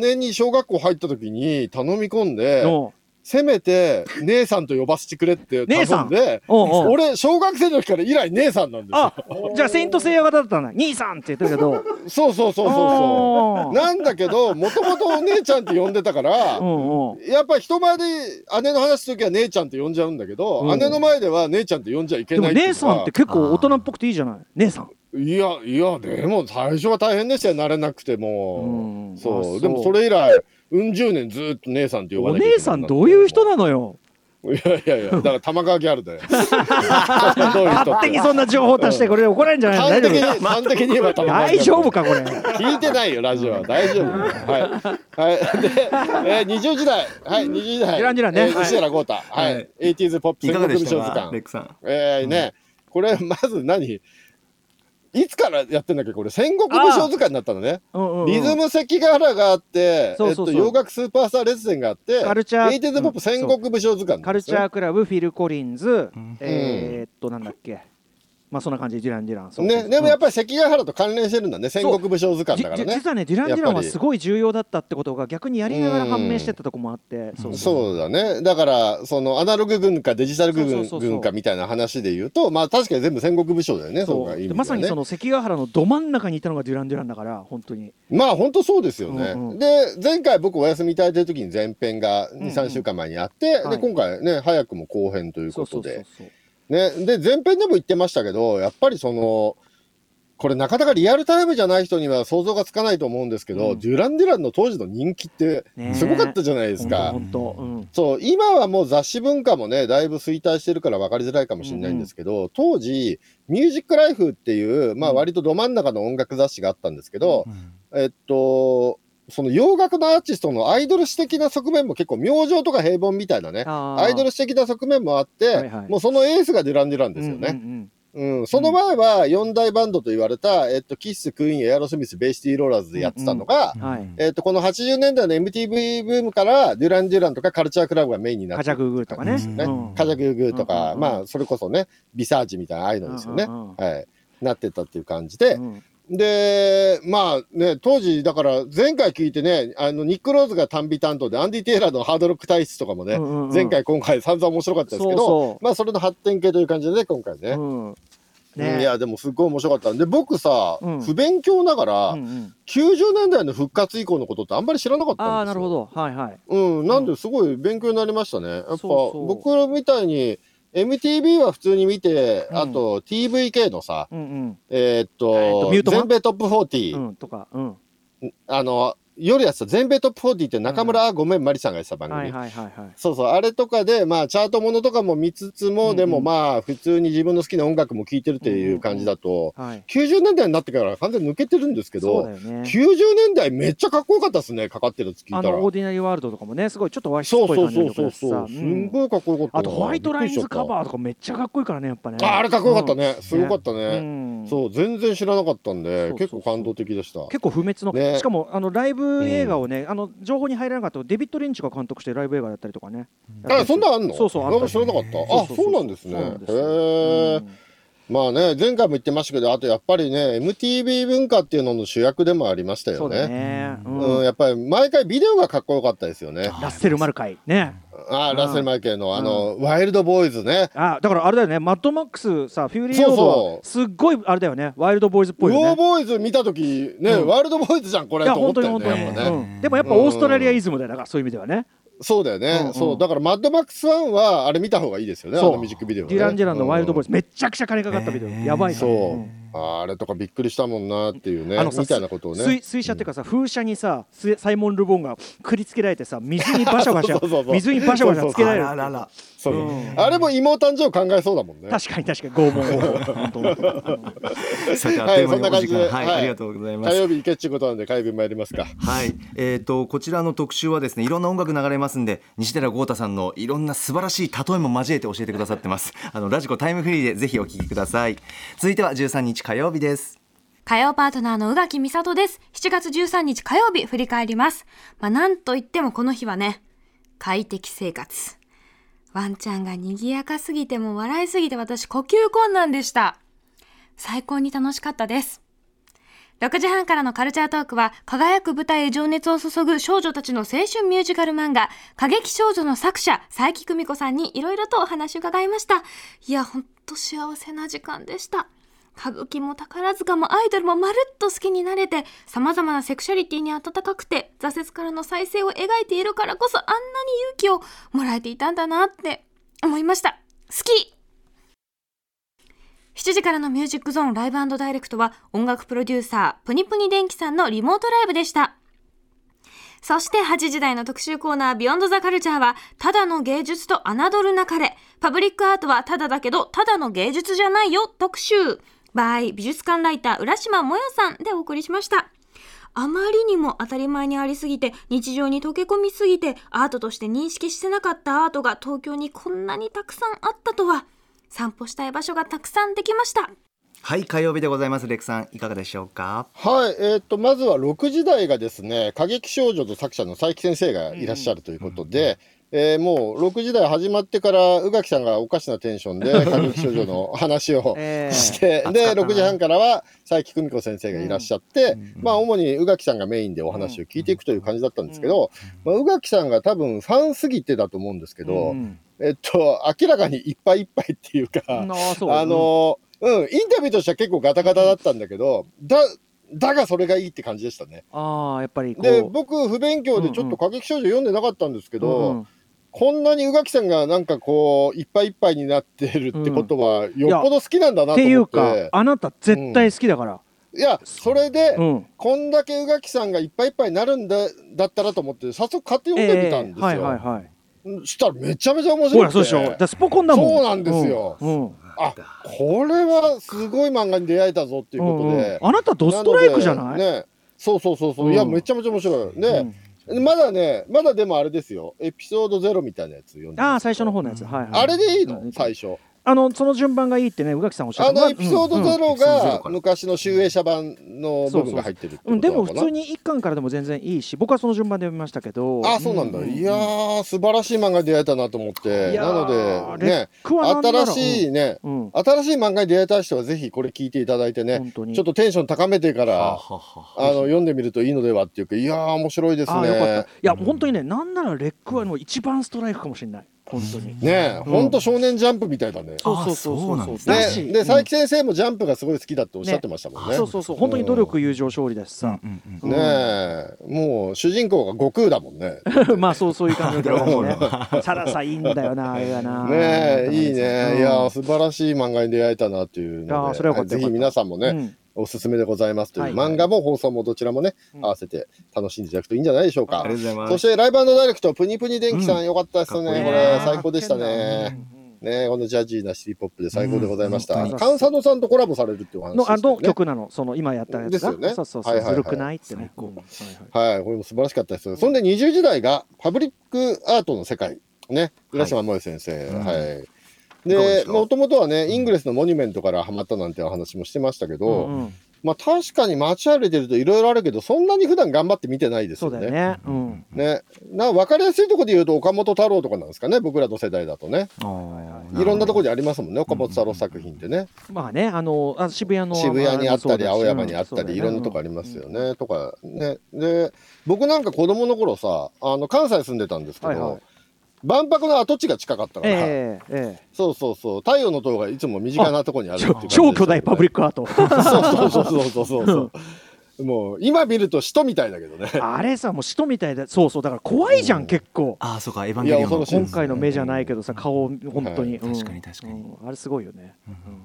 Speaker 4: 姉に小学校入った時に頼み込ん
Speaker 3: う
Speaker 4: で、
Speaker 3: んうんうん
Speaker 4: せめて姉さんと呼ばせてくれって
Speaker 3: 姉さん
Speaker 4: 頼んで
Speaker 3: おうおう
Speaker 4: 俺小学生の時から以来姉さんなんですよ
Speaker 3: あ、じゃあセイントセイヤ型だったんだ。兄さんって言ってるけど。
Speaker 4: そうそうそうそう
Speaker 3: あー
Speaker 4: そうなんだけどもともとお姉ちゃんって呼んでたから、
Speaker 3: うんうん。
Speaker 4: やっぱ人前で姉の話するときは姉ちゃんって呼んじゃうんだけど、
Speaker 3: うん
Speaker 4: 姉の前では姉ちゃんって呼んじゃいけ
Speaker 3: で
Speaker 4: な
Speaker 3: も
Speaker 4: いっていう
Speaker 3: 姉さんって結構大人っぽくていいじゃない。姉さん。
Speaker 4: いやいやでも最初は大変でしたよ慣れなくて
Speaker 3: うん
Speaker 4: もう
Speaker 3: あ
Speaker 4: そう
Speaker 3: そう
Speaker 4: でもそれ以来うん十年ずっと姉さんって呼ば
Speaker 3: お
Speaker 4: なきゃいけな
Speaker 3: 姉さんどういう人
Speaker 4: な
Speaker 3: なのよ。
Speaker 4: のいやいやいやだから玉川ギャ ルだよどういう人
Speaker 3: 勝
Speaker 4: っ
Speaker 3: 手に
Speaker 4: て
Speaker 3: そんな情報出してこれ怒られるんじゃない
Speaker 4: 端
Speaker 3: の
Speaker 4: 的に
Speaker 3: 大丈夫
Speaker 4: 端的に言えば玉川ギャル
Speaker 3: 大丈夫かこれ。
Speaker 4: 聞いてないよラジオは大丈夫はいはいで、えー、20時代はい20時代
Speaker 3: ジュランジュランね
Speaker 4: えー西原豪太は
Speaker 2: はい
Speaker 4: い 80s ポップ
Speaker 2: いか
Speaker 4: 戦
Speaker 2: が
Speaker 4: 国
Speaker 2: で
Speaker 4: 武
Speaker 2: した
Speaker 4: 将図
Speaker 2: か、レ
Speaker 4: 鑑
Speaker 2: ックさん。
Speaker 4: えーね、これまず何いつからやってんだっけこれ戦国武将図鑑になったのね
Speaker 3: うんうんうん
Speaker 4: リズム関ヶ原があって
Speaker 3: そうそうそう
Speaker 4: えっと、洋楽スーパースター列伝があって
Speaker 3: カルチャー
Speaker 4: エイティーズポップ戦国武将図鑑
Speaker 3: カルチャークラブフィルコリンズ
Speaker 2: ん。
Speaker 3: えーっとなんだっけ。まあそんな感じでディラン・ディランそう
Speaker 4: ね、でもやっ
Speaker 3: ぱ
Speaker 4: ぱり関ヶ原と関連してるんだね戦国武将図鑑だからね
Speaker 3: 実はねディラン・ディランは
Speaker 4: やっぱり
Speaker 3: すごい重要だったってことが逆にやりながら判明してったとこもあってそう
Speaker 4: そうだねだからそのアナログ軍かデジタル
Speaker 3: そう
Speaker 4: 軍
Speaker 3: そうそうそう
Speaker 4: 軍かみたいな話で言うとまあ確かに全部戦国武将だよねそう
Speaker 3: そう
Speaker 4: かいい
Speaker 3: で
Speaker 4: 意味ではね
Speaker 3: まさにその関ヶ原のど真ん中にいたのがデュラン・デュランだから本当に
Speaker 4: まあ本当そうですよね、
Speaker 3: うんうん
Speaker 4: で前回僕お休みいただいてる時に前編が
Speaker 3: うんうん
Speaker 4: 23週間前にあって、
Speaker 3: はい
Speaker 4: で今回ね早くも後編という
Speaker 3: そ
Speaker 4: こ
Speaker 3: うそ
Speaker 4: と
Speaker 3: うそう
Speaker 4: で
Speaker 3: そう
Speaker 4: ねで前編でも言ってましたけどやっぱりそのこれなかなかリアルタイムじゃない人には想像がつかないと思うんですけど、
Speaker 3: うん
Speaker 4: デュラン・デュランの当時の人気って
Speaker 3: ねえ
Speaker 4: すごかったじゃないですか。
Speaker 3: 本当本
Speaker 4: そう今はもう雑誌文化もねだいぶ衰退してるから分かりづらいかもしれないんですけど、当時「ミュージックライフっていう、まあ、
Speaker 3: うん
Speaker 4: 割とど真ん中の音楽雑誌があったんですけど、
Speaker 2: うん
Speaker 4: えっとその洋楽のアーティストのアイドル史的な側面も結構明星とか平凡みたいなね
Speaker 3: 当
Speaker 4: アイドル史的な側面もあって、
Speaker 3: はいはい
Speaker 4: もうそのエースがデュラン・デュランですよね。
Speaker 3: ね
Speaker 4: うん、その前は4大バンドと言われた、えっと、キッス、クイーン、エアロスミス、ベイシティ・ローラーズでやってたのが、
Speaker 3: は
Speaker 2: う
Speaker 3: い
Speaker 2: ん
Speaker 4: えっと、この80年代の MTV ブームから、デュラン・デュランとかカルチャークラブがメインにな
Speaker 3: カ
Speaker 4: っ
Speaker 3: ジ
Speaker 4: て
Speaker 3: ャグーグーとかね
Speaker 2: ですね
Speaker 3: うん
Speaker 4: カジャク・ユグーと
Speaker 3: うんうん
Speaker 4: か、
Speaker 3: うん
Speaker 4: まあ、それこそね、ビサージみたいな、ああいうのですよね。
Speaker 3: うんうんうん
Speaker 4: はい。なってったっていう感じで
Speaker 3: う、ん
Speaker 4: で、まあね、当時、だから前回聞いてね、あの、ニック・ローズが単美担当で、アンディ・テイラーのハードロック体質とかもね、
Speaker 3: うんうんうん
Speaker 4: 前回、今回散々面白かったです
Speaker 3: そ
Speaker 4: けど、
Speaker 3: うそう
Speaker 4: まあ、それの発展系という感じでね、今回ね。
Speaker 3: うん
Speaker 4: うんい
Speaker 3: ね
Speaker 4: や、でもすっごい面白かったんで、僕さ、
Speaker 3: うん
Speaker 4: 不勉強ながら、
Speaker 3: うんうん
Speaker 4: 90年代の復活以降のことってあんまり知らなかったんですよ。
Speaker 3: ああなるほどはいはい
Speaker 4: うん、なんですごい勉強になりましたね。やっぱ、
Speaker 3: そうそう
Speaker 4: 僕らみたいに、MTV は普通に見て、
Speaker 3: うん
Speaker 4: あと TVK のさ、
Speaker 3: うんうん
Speaker 4: えー
Speaker 3: えー
Speaker 4: っ
Speaker 3: っと
Speaker 4: と
Speaker 3: ミュー、トマン
Speaker 4: 全米トップ40、
Speaker 3: うんとかうん
Speaker 4: あの、夜やってた全米トップ40って中村、あごめん、マリさんがやってた番組。
Speaker 3: はいはいはいはい
Speaker 4: そうそう、あれとかで、まあ、チャートものとかも見つつも、
Speaker 3: うんうん
Speaker 4: でもまあ、普通に自分の好きな音楽も聴いてるっていう感じだと、
Speaker 3: はい
Speaker 4: 90年代になってから完全に抜けてるんですけ
Speaker 3: そう
Speaker 4: ど、
Speaker 3: だよね
Speaker 4: 90年代めっちゃかっこよかったですね、かかってるやつ聞
Speaker 3: あ
Speaker 4: いたら
Speaker 3: の。オーディナリーワールドとかもねすごいちょっと和室
Speaker 4: そ
Speaker 3: っ
Speaker 4: う
Speaker 3: ぽい
Speaker 4: そ
Speaker 3: 感
Speaker 4: う
Speaker 3: じの
Speaker 4: そう
Speaker 3: 曲
Speaker 4: そ
Speaker 3: だ
Speaker 4: う
Speaker 3: しさ
Speaker 4: そう。
Speaker 3: う
Speaker 4: すん
Speaker 3: ん
Speaker 4: ごいかっこよかったわ。
Speaker 3: あとホワイトラインズカ
Speaker 4: ー。
Speaker 3: バーとかめっちゃかっこいいからねやっぱね
Speaker 4: ああれかっこよかった
Speaker 3: ね
Speaker 4: ね。すごかった
Speaker 3: う
Speaker 4: ね。
Speaker 3: ん
Speaker 4: そう、全然知らなかったんで
Speaker 3: そうそうそう、
Speaker 4: 結構感動的でした。
Speaker 3: 結構不滅の、
Speaker 4: ね
Speaker 3: しかもあのライブ映画をね、あの情報に入らなかったデビッド・リンチが監督してライブ映画だったりとかね。
Speaker 4: あ、そんなんあんの
Speaker 3: そうそうあ
Speaker 4: な
Speaker 3: った
Speaker 4: んか
Speaker 3: り
Speaker 4: 知らなかった。あ、
Speaker 3: そうそうそう
Speaker 4: そうなんですね。
Speaker 3: そうな
Speaker 4: へ
Speaker 3: んですよ
Speaker 4: え
Speaker 3: う。ん
Speaker 4: まあね、前回も言ってましたけど、あとやっぱりね、MTV 文化っていうのの主役でもありました
Speaker 3: そ
Speaker 4: よ
Speaker 3: うだ
Speaker 4: ね。
Speaker 3: ね、うん
Speaker 4: うん、やっぱり毎回ビデオがかっこよかったですよね。
Speaker 3: ラッセル・マルカイね
Speaker 4: あーラッセル・マイケルのあの、ワイルドボーイズね。
Speaker 3: あだからあれだよねマッドマックスさフューリーロード
Speaker 4: そうそう
Speaker 3: はすっごいあれだよねワイルドボーイズっ
Speaker 4: ウ
Speaker 3: ぽいよ
Speaker 4: ォー
Speaker 3: ね
Speaker 4: ボーイズ見たとき、ね、
Speaker 3: うん
Speaker 4: ワイルドボーイズじゃん、こ
Speaker 3: い
Speaker 4: れ
Speaker 3: や
Speaker 4: と思
Speaker 3: 本
Speaker 4: っ
Speaker 3: 当
Speaker 4: た
Speaker 3: に
Speaker 4: よ
Speaker 3: 本
Speaker 4: ね。
Speaker 3: 当に、
Speaker 4: やっぱね
Speaker 3: うんでもやっぱオーストラリアイズムだよだからそういう意味ではね、
Speaker 4: そうだよね、
Speaker 3: うんうん
Speaker 4: そうだからマッドマックス1はあれ見た方がいいですよねあ
Speaker 3: そう
Speaker 4: のミュージックビデオ、ね、
Speaker 3: ディラン・ジェランのワイルドボーイ
Speaker 4: イ
Speaker 3: ズ、めっちゃくちゃ金かかったビデオ、
Speaker 2: ね
Speaker 3: やばいから
Speaker 4: そう、
Speaker 3: ん
Speaker 4: あれとかびっくりしたもんなっていうね
Speaker 3: あのさ
Speaker 4: みたいなことをね
Speaker 3: 水水車っていうかさ、風車にさすサイモン・ルボンがくりつけられてさ水にバシャバシ
Speaker 4: そうそうそ
Speaker 3: ャ
Speaker 4: う
Speaker 3: 水にバシャバシャつけられる
Speaker 2: あらら
Speaker 4: そう
Speaker 3: うん
Speaker 4: あれも妹誕生を考えそうだもんね
Speaker 3: 確かに確かに拷問 を本当に
Speaker 2: さてあっ
Speaker 4: は
Speaker 2: と
Speaker 4: い
Speaker 2: いう間に
Speaker 4: そんな
Speaker 2: お
Speaker 4: 感
Speaker 2: 時
Speaker 4: じで
Speaker 2: 間はい、
Speaker 4: はい
Speaker 2: ありがとうございま
Speaker 4: 火
Speaker 2: す
Speaker 4: 曜日行けっちゅうことなんで火曜日参りますか
Speaker 2: はい、えー、とこちらの特集はですねいろんな音楽流れますんで西寺豪太さんのいろんな素晴らしい例えも交えて教えてくださってますあのラジコタイムフリーでぜひお聞きください続いては13日火曜日です
Speaker 6: 火曜パートナーの宇垣美里です。7月13日火曜日振り返ります。まあなんといってもこの日はね、快適生活。ワンちゃんが賑やかすぎても笑いすぎて私呼吸困難でした。最高に楽しかったです。6時半からのカルチャートークは、輝く舞台へ情熱を注ぐ少女たちの青春ミュージカル漫画、過激少女の作者、佐伯久美子さんにいろいろとお話を伺いました。いや、ほんと幸せな時間でした。歌舞伎も宝塚もアイドルもまるっと好きになれて、様々なセクシャリティに温かくて、挫折からの再生を描いているからこそあんなに勇気をもらえていたんだなって思いました。好き7時からのミュージックゾーンライブダイレクトは音楽プロデューサー、プニプニ電気さんのリモートライブでした。そして8時台の特集コーナービヨンドザカルチャーは、ただの芸術と侮るなかれ、パブリックアートはただだけど、ただの芸術じゃないよ特集、by 美術館ライター浦島もよさんでお送りしました。あまりにも当たり前にありすぎて日常に溶け込みすぎてアートとして認識してなかったアートが東京にこんなにたくさんあったとは散歩したい場所がたくさんできました
Speaker 2: はい火曜日でございますレクさんいかがでしょうか
Speaker 4: はい、えー、とまずは6時台がですね「過激少女」と作者の佐伯先生がいらっしゃるということで、えーもう6時台始まってから宇垣さんがおかしなテンション で歌劇少女の話を
Speaker 3: ええ
Speaker 4: して、
Speaker 2: 暑か
Speaker 4: で
Speaker 2: ったな
Speaker 4: 6時半からは佐伯久美子先生がいらっしゃって、まあ、主に宇垣さんがメインでお話を聞いていくという感じだったんですけど、まあ、宇垣さんが多分ファンすぎてだと思うんですけど、
Speaker 3: うん
Speaker 4: えっと、明らかにいっぱいいっぱいっていうか、
Speaker 3: あーそう
Speaker 4: あのうん、インタビューとしては結構ガタガタだったんだけど、だ、だがそれがいいって感じでしたね。
Speaker 3: あーやっぱりこう
Speaker 4: で、僕、不勉強でちょっと過激少女読んでなかったんですけど、
Speaker 3: うんうん
Speaker 4: こんなに宇垣さんがなんかこう、いっぱいいっぱいになってるってことは、よっぽど好きなんだな
Speaker 3: っ
Speaker 4: と
Speaker 3: てい
Speaker 4: 思
Speaker 3: う
Speaker 4: って。
Speaker 3: かあなた絶対好きだから、
Speaker 4: いや、それで、
Speaker 3: うん
Speaker 4: こんだけ宇垣さんがいっぱいいっぱいになるんだだったらと思って、早速買って読んでみたんですよ。
Speaker 3: はいはいはい
Speaker 4: うんしたらめちゃめちゃ面白くて
Speaker 3: ほらそうでしょだからスポコンだもん
Speaker 4: そうなんですよ
Speaker 3: うんうん
Speaker 4: あ、これはすごい漫画に出会えたぞっていうこと
Speaker 3: うんう
Speaker 4: で
Speaker 3: ん。あなたドストライクじゃない
Speaker 4: のでね、そうそうそうそう、
Speaker 3: うん
Speaker 4: いや、めちゃめちゃ面白い。ね、まだね、まだでもあれですよ、エピソードゼロみたいなやつ読んで
Speaker 3: あ
Speaker 4: ま
Speaker 3: あ
Speaker 4: す
Speaker 3: 最初の方のやつ、はいはい、
Speaker 4: あれでいいの
Speaker 3: うん
Speaker 4: 最初。
Speaker 3: あのその順番がいいってね宇垣さんおっしゃ
Speaker 4: あ
Speaker 3: って
Speaker 4: のエピソードゼロが
Speaker 2: うんうん
Speaker 4: 昔の集英社版の部分が入ってるって
Speaker 3: うん、
Speaker 4: こ
Speaker 3: で
Speaker 4: とな
Speaker 3: も
Speaker 4: の
Speaker 3: 普
Speaker 4: か
Speaker 3: 通
Speaker 4: な。
Speaker 3: に1巻からでも全然いいし僕はその順番で読みましたけど
Speaker 4: あ、そうなんだ。いやー、素晴らしい漫画に出会えたなと思って。
Speaker 3: いや
Speaker 4: な
Speaker 3: ー
Speaker 4: ので、
Speaker 3: レッ
Speaker 4: ね、
Speaker 3: クはなんだろう
Speaker 4: 新しいね、
Speaker 3: うんうん
Speaker 4: 新しい漫画に出会えた人はぜひこれ聞いていただいて
Speaker 3: 本
Speaker 4: ね、ち
Speaker 3: 当
Speaker 4: ょ
Speaker 3: に
Speaker 4: っとテンション高めて
Speaker 2: はあ
Speaker 4: から、
Speaker 2: はあはあ
Speaker 4: あの読んでみるといいのではっていうか、いやー、面白いです
Speaker 3: ああよかったい
Speaker 4: ね。
Speaker 3: や、本当にねなんならレックはもう一番ストライクかもしれない本当に、
Speaker 4: ねえ、
Speaker 3: うん
Speaker 4: ほんと少年ジャンプみたいだね。
Speaker 3: そうそうそうそうそう
Speaker 2: あ
Speaker 3: だ
Speaker 4: で
Speaker 3: し
Speaker 4: で、佐伯先生もジャンプがすごい好きだっておっしゃってましたもんね。
Speaker 3: そうそうそう本当に努力友情勝利だしさ、
Speaker 2: うんうん
Speaker 4: ねえ、もう主人公が悟空だもんね。
Speaker 3: まあそうそういう感じで
Speaker 2: そう ね
Speaker 3: たださいいんだよなあれがな
Speaker 4: ねえ、いい
Speaker 3: うん
Speaker 4: ね。いやー、素晴らしい漫画に出会えたなっていう
Speaker 3: あ
Speaker 4: の
Speaker 3: ーそれはよか
Speaker 4: で、
Speaker 3: った
Speaker 4: ぜひ皆さんも
Speaker 3: う
Speaker 4: ね
Speaker 3: ん、
Speaker 4: おすすめでございますと
Speaker 3: はい
Speaker 4: いう、漫画も放送もどちらもね、合わせて楽しんでいただくといいんじゃないでしょうか
Speaker 2: あり。がとうござい
Speaker 4: そ
Speaker 2: ま
Speaker 4: し
Speaker 2: す
Speaker 4: て、ライブダイレクト、プニプニ電気さん、よかったです
Speaker 2: かっこい
Speaker 4: ね。
Speaker 2: い
Speaker 4: こ
Speaker 2: ね
Speaker 4: れ、最高でしたね。ねえこのジャジーなシティポップで最高でございました。
Speaker 2: うん
Speaker 3: 本当に
Speaker 4: 関佐野さんとコラボされるっていうお話でし
Speaker 3: の
Speaker 4: た
Speaker 3: あ
Speaker 4: よ
Speaker 3: の
Speaker 4: ね
Speaker 3: 曲なの、その今やったやつ
Speaker 4: です
Speaker 3: が、
Speaker 4: よね
Speaker 3: そうそうそう、
Speaker 4: はいはいはい
Speaker 3: ずるくないってね。うん
Speaker 4: はい、これも素晴らしかったですよ。そんで20時代がパブリックアートの世界。ね、浦島萌先生。はい。
Speaker 2: いかがで
Speaker 4: で、
Speaker 2: すか
Speaker 4: もともとはね、イングレスのモニュメントからハマったなんてお話もしてましたけど、
Speaker 3: うんうん
Speaker 4: まあ確かに街歩いてるといろいろあるけど、そんなに普段頑張って見てないです
Speaker 3: そ
Speaker 4: よ
Speaker 3: うだ
Speaker 4: ね。
Speaker 3: よね。うん。
Speaker 4: ね。な、わかりやすいところで言うと岡本太郎とかなんですかね、僕らの世代だとね。
Speaker 2: あー
Speaker 4: いろんなところにありますもんね、岡本太郎作品ってね。
Speaker 3: まあね、あの、あ渋谷の。
Speaker 4: 渋谷にあったり、青山にあったり、いろんなとこ
Speaker 3: こ
Speaker 4: ありますよね、とかね。で、僕なんか子供の頃さ、あの、関西住んでたんですけど、
Speaker 3: はいはい
Speaker 4: 万博の跡地が近かったから、
Speaker 3: えええ
Speaker 4: そうそうそう、太陽の塔がいつも身近なとこにあるっていう感
Speaker 3: え。
Speaker 4: じでした
Speaker 3: 超
Speaker 4: よね
Speaker 3: 巨大パブリックアート。
Speaker 4: そうそうそうそうそうそう そう。もう、今見ると使徒みたいだけどね。
Speaker 3: あれさ、もう使徒みたいで、そうそう、だから怖いじゃん、結構。
Speaker 2: あーそうかエヴァンゲリオン
Speaker 4: いや恐ろしいで
Speaker 3: 今
Speaker 4: す
Speaker 3: 回の目じゃないけどさ、顔、本当に。うん
Speaker 2: 確かに確かに
Speaker 3: うんあれすごいよね。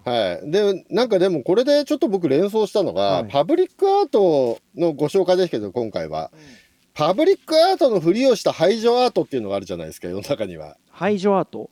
Speaker 4: はい。で、なんかでもこれでちょっと僕連想したのが、
Speaker 3: はい
Speaker 4: パブリックアートのご紹介ですけど、今回は。パブリックアートのふりをした排除アートっていうのがあるじゃないですか、世の中には。
Speaker 3: 排除アート。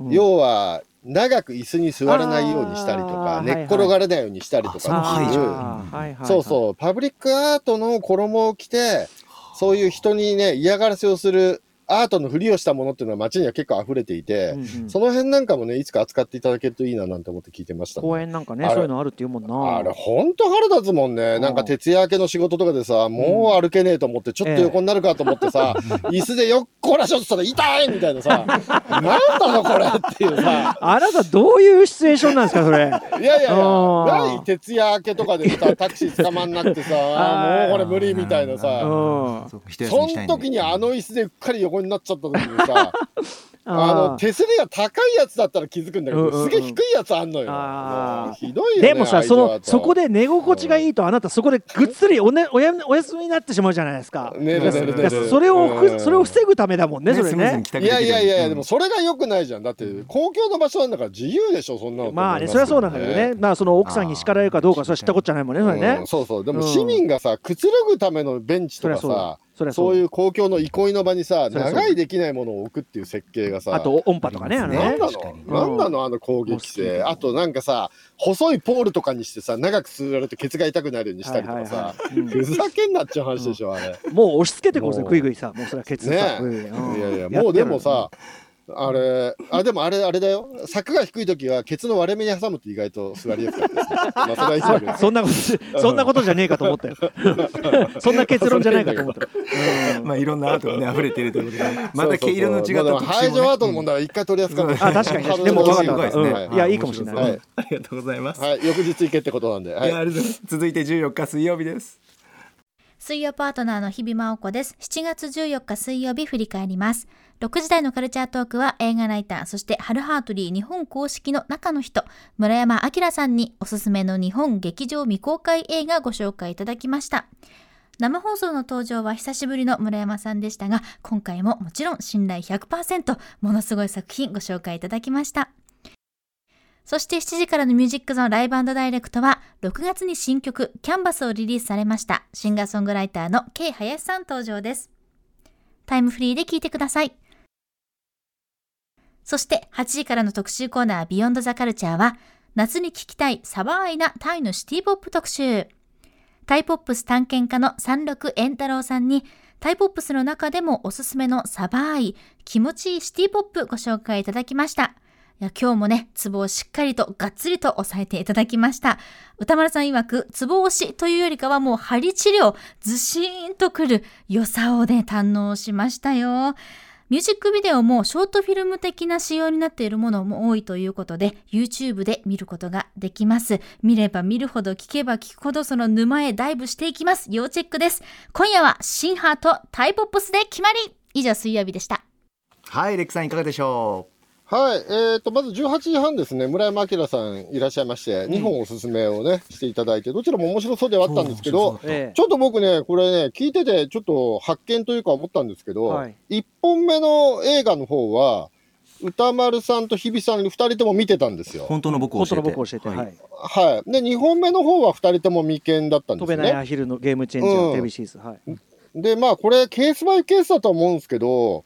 Speaker 3: うん
Speaker 4: 要は長く椅子に座れないようにしたりと
Speaker 3: あ
Speaker 4: か
Speaker 3: ー
Speaker 4: 寝っ転がれないようにしたりと
Speaker 2: その
Speaker 4: か
Speaker 2: 排除
Speaker 4: っ
Speaker 3: あーはい
Speaker 4: てい
Speaker 3: は
Speaker 4: う
Speaker 3: い。
Speaker 4: そうそうパブリックアートの衣を着てそういう人にね嫌がらせをするアートのふりをしたものっていうのは街には結構溢れていて
Speaker 3: うんうん
Speaker 4: その辺なんかもねいつか扱っていただけるといいななんて思って聞いてましたね、
Speaker 3: 公園なんかね、
Speaker 4: あれ
Speaker 3: そういうのあるっていうもんな。
Speaker 4: あれほんと腹立つもんねなんか徹夜明けの仕事とかでさもう歩けねえと思ってちょっと横になるかと思って さ、椅子でよっこらしょってたら痛いみたいなさなんなのこれっていうさ
Speaker 3: あなたどういうシチュエーションなんですかそれ。
Speaker 4: いやいやいや、
Speaker 3: あー
Speaker 4: ない徹夜明けとかでさ、タクシー捕まんなくてさ、
Speaker 3: あー
Speaker 4: もうこれ無理みたいなさ、
Speaker 3: うん
Speaker 2: そうか一休
Speaker 4: そ
Speaker 2: みした
Speaker 4: の
Speaker 2: いね
Speaker 4: 時にあの椅子でうっかり横になっちゃった時にさ、あ
Speaker 3: ー
Speaker 4: の手すりが高いやつだったら気づくんだけ
Speaker 3: うん
Speaker 4: ど
Speaker 3: うん、うん
Speaker 4: すげえ低いやつあんのよ。
Speaker 3: あー
Speaker 4: もうひどいよね。
Speaker 3: でもさ、
Speaker 4: 愛
Speaker 3: そ
Speaker 4: 情だ
Speaker 3: の
Speaker 4: と
Speaker 3: そこで寝心地がいいと、あなたそこでぐっすりお,、ね、おやお休みになってしまうじゃないですか。
Speaker 4: 寝る
Speaker 3: だから
Speaker 4: 寝る
Speaker 3: だから
Speaker 4: 寝る
Speaker 3: それをふ、
Speaker 4: うん
Speaker 3: それを防ぐためだもんね、それ
Speaker 2: スムーズ
Speaker 3: ね
Speaker 2: に帰。宅
Speaker 4: い
Speaker 2: できる
Speaker 4: やいやいやいや、で
Speaker 2: うん
Speaker 4: もそれが良くないじゃん。だって公共の場所なんだから自由でしょ、そんなのと思いすよ。
Speaker 3: まあね、それはそうなんだけどね、まあその奥さんに叱られるかどうか、それは知ったことじゃないもんね、それ
Speaker 4: う
Speaker 3: ね
Speaker 4: ん。そうそうでも市民がさくつろぐためのベンチとか
Speaker 3: そりゃそうだ
Speaker 4: さ
Speaker 3: そりゃそう
Speaker 4: そういう公共の憩いの場にさ
Speaker 3: そりゃそうだ
Speaker 4: 長いできないものを置くっていう設計がさ
Speaker 3: あと音波とかね、あの
Speaker 2: あり。
Speaker 3: ね
Speaker 4: 何
Speaker 2: ま
Speaker 4: な
Speaker 2: すね確かに
Speaker 4: の何なのあの攻撃性あとなんかさ細いポールとかにしてさ長く座られてケツが痛くなるようにしたりとか
Speaker 3: は
Speaker 4: さ
Speaker 3: いはいはいうん
Speaker 4: ふざけんなっちゃう話でしょあれ
Speaker 3: もう押し付けてこうぜ、
Speaker 4: もう
Speaker 3: グイグイさ、もうそれはケツさ、
Speaker 4: ね
Speaker 3: グイグイうん
Speaker 4: いやいやもうでもさあれ、あ、でもあれ、あれだよ。柵が低い時は、ケツの割れ目に挟むと意外と座りやすかったですね。まあ、それはいいんだけど
Speaker 3: そんなことし、そんなことじゃねえかと思ったよ。 そんな結論じゃないかと思ったよ。
Speaker 2: まあいろんなアートがね溢れているということで、 また毛色の違った
Speaker 4: ま
Speaker 2: 特集も
Speaker 4: あでも排
Speaker 2: ね
Speaker 4: 除アートの問題は一回取り扱って、
Speaker 3: あ、確かにね。でも、
Speaker 2: 面
Speaker 3: 分か
Speaker 2: 白
Speaker 3: っ
Speaker 2: い
Speaker 3: た分かっ
Speaker 2: で
Speaker 3: た。
Speaker 2: す
Speaker 4: は
Speaker 2: ね
Speaker 3: うんいや、いいかもしれ
Speaker 2: は
Speaker 3: ないい。
Speaker 2: いありがとうございます。
Speaker 4: はい、翌日行けってことなんで。はいい
Speaker 2: やありがとうございます続いて14日水曜日です。
Speaker 7: 水曜パートナーの日々真央子です。7月14日水曜日振り返ります。6時台のカルチャートークは映画ライター、そしてハルハートリー日本公式の中の人、村山明さんにおすすめの日本劇場未公開映画ご紹介いただきました。生放送の登場は久しぶりの村山さんでしたが、今回ももちろん信頼100%、ものすごい作品ご紹介いただきました。そして7時からのミュージックゾーンライブダイレクトは、6月に新曲、キャンバスをリリースされました。シンガーソングライターの K 林さん登場です。タイムフリーで聴いてください。そして8時からの特集コーナー、ビヨンドザカルチャーは、夏に聴きたいサバーイなタイのシティポップ特集。タイポップス探検家の三六円太郎さんに、タイポップスの中でもおすすめのサバーイ、気持ちいいシティポップご紹介いただきました。いや今日もね、ツボをしっかりとがっつりと押さえていただきました。歌丸さん曰く、ツボ押しというよりかはもう針治療、ずしーんとくる良さをね、堪能しましたよ。ミュージックビデオもショートフィルム的な仕様になっているものも多いということで、YouTube で見ることができます。見れば見るほど、聞けば聞くほど、その沼へダイブしていきます。要チェックです。今夜は、新ハートタイポップスで決まり以上、水曜日でした。
Speaker 2: はいレックさんいかがでしょ
Speaker 4: はい、えー、と、まず18時半ですね、村山明さんいらっしゃいまして、2本おすすめをね、していただいて、どちらも面白そうではあったんですけど、
Speaker 3: え
Speaker 4: ちょっと僕ね、これね、聞いてて、ちょっと発見というか思ったんですけど、
Speaker 3: はい
Speaker 4: 1本目の映画の方は、歌丸さんと日比さん、2人とも見てたんです
Speaker 2: う。
Speaker 4: よ。
Speaker 2: 本当の僕
Speaker 3: え。本
Speaker 2: を
Speaker 3: 当
Speaker 2: 教
Speaker 3: の
Speaker 2: えて。
Speaker 3: 僕を教えて、はい。
Speaker 4: はい。で、2本目の方は2人とも未見だったんで
Speaker 3: 飛
Speaker 4: す
Speaker 3: べ
Speaker 4: よ
Speaker 3: ない
Speaker 4: ね。
Speaker 3: アヒルのゲームチェンジャ
Speaker 4: うん
Speaker 3: ー、テレビシリーズ。はい。
Speaker 4: で、まあ、これ、ケースバイケースだとは思うんですけど、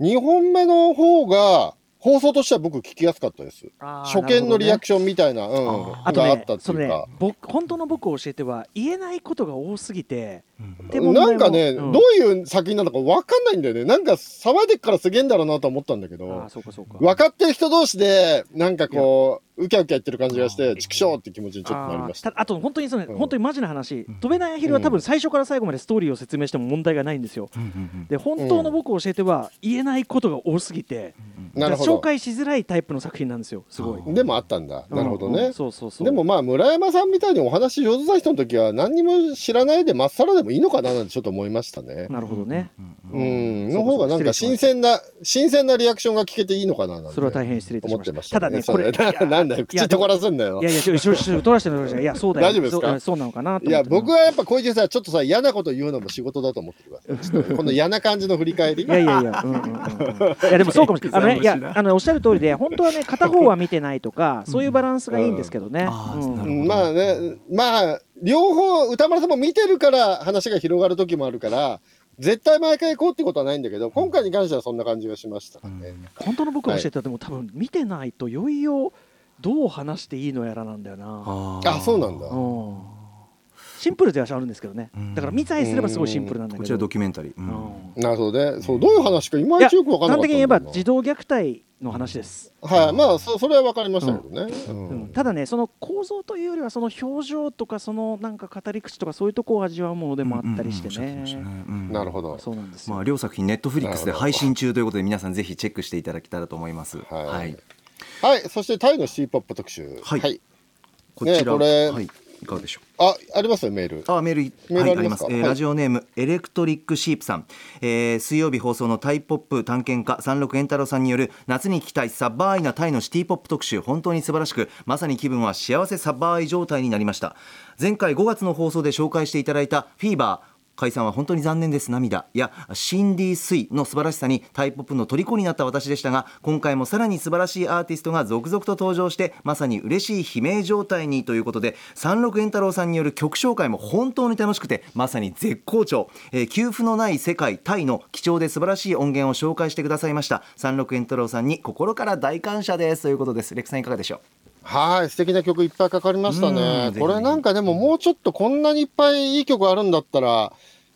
Speaker 4: 2本目の方が、放送としては僕聞きやすかったです。初見のリアク
Speaker 3: シ
Speaker 4: ションみたいな、うん、
Speaker 3: あと
Speaker 4: があっ
Speaker 3: ね
Speaker 4: たっ、て
Speaker 3: その
Speaker 4: いう
Speaker 3: ね
Speaker 4: か。、
Speaker 3: 僕、本当の僕を教えては、言えないことが多すぎて、でも
Speaker 4: なんかね、
Speaker 3: うん
Speaker 4: どういう作品なのか分かんないんだよね。なんか騒いでっからすげえんだろうなと思ったんだけ
Speaker 3: ああ、
Speaker 4: ど、
Speaker 3: そうかそうか。
Speaker 4: 分かってる人同士で、なんかこう、ウキャウキャやってる感じがして、ちくしょうって気持ちにちょっとなりました。
Speaker 3: あーたあと本当にその、
Speaker 4: うん
Speaker 3: 本当にマジな話、飛べないアヒルは多分最初から最後までストーリーを説明しても問題がないんですよ。
Speaker 2: うんうん
Speaker 3: で本当の僕を教えては言えないことが多すぎて、
Speaker 4: なるほ
Speaker 3: 紹
Speaker 4: ど。
Speaker 3: 介しづらいタイプの作品なんですよ。すごい。
Speaker 4: でもあったんだ。なるほど
Speaker 3: うんう
Speaker 4: ね
Speaker 3: ん。そうそうそう。
Speaker 4: でもまあ村山さんみたいにお話上手な人の時は何にも知らないでまっさらでもいいのかななんてちょっと思いましたね。
Speaker 3: なるほどね。
Speaker 4: うん、
Speaker 3: そう
Speaker 4: の
Speaker 3: かそうか
Speaker 4: 方がなんか新鮮な新鮮なリアクションが聞けていいのかななんて
Speaker 3: それは大変失礼いたし
Speaker 4: 思っ
Speaker 3: ま
Speaker 4: て
Speaker 3: し
Speaker 4: ま
Speaker 3: た。
Speaker 4: した
Speaker 3: だね、
Speaker 4: そ
Speaker 3: これ。
Speaker 4: れな なんだよ口とこらすんだよ
Speaker 3: いやいや、ちょ、ちょ、ちょ、取らしてるじゃん。いや、そうだよ。
Speaker 4: 大丈夫ですか
Speaker 3: そううんそうなのかなと思って。
Speaker 4: いや僕はやっぱ小池さんちょっとさ嫌なこと言うのも仕事だと思ってくださいちょっとこの嫌な感じの振り返り
Speaker 3: いやいやいや、うん うんうんうん、いやでもそうかもしれない。あのね、いや、あのおっしゃる通りで、本当 はね、片方は見てないとか、そういうバランスがいいんですけどね。
Speaker 2: あー
Speaker 3: うん
Speaker 2: なる
Speaker 4: うんまあねまあ両方歌丸さんも見てるから話が広がる時もあるから絶対毎回こうってことはないんだけど今回に関してはそんな感じがしましたかね、
Speaker 3: 本当の僕が教えてたでも、多分見てないと、よいよどう話していいのやらなんだよな。
Speaker 2: あー
Speaker 4: あそうなんだ、
Speaker 3: うんシンプルではあるんですけどね。だから見さえすればすごいシンプルなんだ
Speaker 2: こ
Speaker 3: け
Speaker 2: ちらド
Speaker 3: ど。
Speaker 2: キュメンタリー。うん
Speaker 3: うん
Speaker 4: なるほどねそうどういう話かいまいちよく分かん
Speaker 3: 端
Speaker 4: なかったんだよな
Speaker 3: 的に言えば児童虐待の話です、
Speaker 4: はいまあそそれは分かりましたけどね、うん
Speaker 3: うんただねその構造というよりはその表情とかそのなんか語り口とかそういうとこを味わうものでもあったりして
Speaker 2: うんうんうんおっゃって
Speaker 3: ね
Speaker 2: ましたねうん
Speaker 4: なるほど
Speaker 3: そうなんですよ、
Speaker 2: まあ両作品ネットフリックスで
Speaker 4: なるほど
Speaker 2: 配信中ということで皆さんぜひチェックしていただけたらと思います。
Speaker 4: はい
Speaker 2: はい。
Speaker 4: はいそしてタイのシティポップ特集
Speaker 2: はいこ
Speaker 4: ね
Speaker 2: ちら
Speaker 4: これ
Speaker 2: はいいかがでしょう。
Speaker 4: あありますよメール
Speaker 2: あメールい
Speaker 4: メー
Speaker 2: はい
Speaker 4: ルあ
Speaker 2: あ
Speaker 4: り
Speaker 2: り
Speaker 4: ま
Speaker 2: ますす、
Speaker 4: か
Speaker 2: えー
Speaker 4: はい
Speaker 2: ラジオネームエレクトリックシープさん、えー水曜日放送のタイポップ探検家三六円太郎さんによる夏に聞きたいサッバーイなタイのシティポップ特集本当に素晴らしくまさに気分は幸せサッバーイ状態になりました前回5月の放送で紹介していただいたフィーバー解散は本当に残念です涙やシンディ・スイの素晴らしさにタイポップの虜になった私でしたが今回もさらに素晴らしいアーティストが続々と登場してまさに嬉しい悲鳴状態にということで三六円太郎さんによる曲紹介も本当に楽しくてまさに絶好調、えー給付のない世界タイの貴重で素晴らしい音源を紹介してくださいました三六円太郎さんに心から大感謝ですということですレクさんいかがでしょ
Speaker 4: はい素敵な曲いっぱいかかりました
Speaker 2: うん
Speaker 4: ね
Speaker 2: ぜひ
Speaker 4: これなんかでももうちょっとこんなにいっぱいいい曲あるんだったら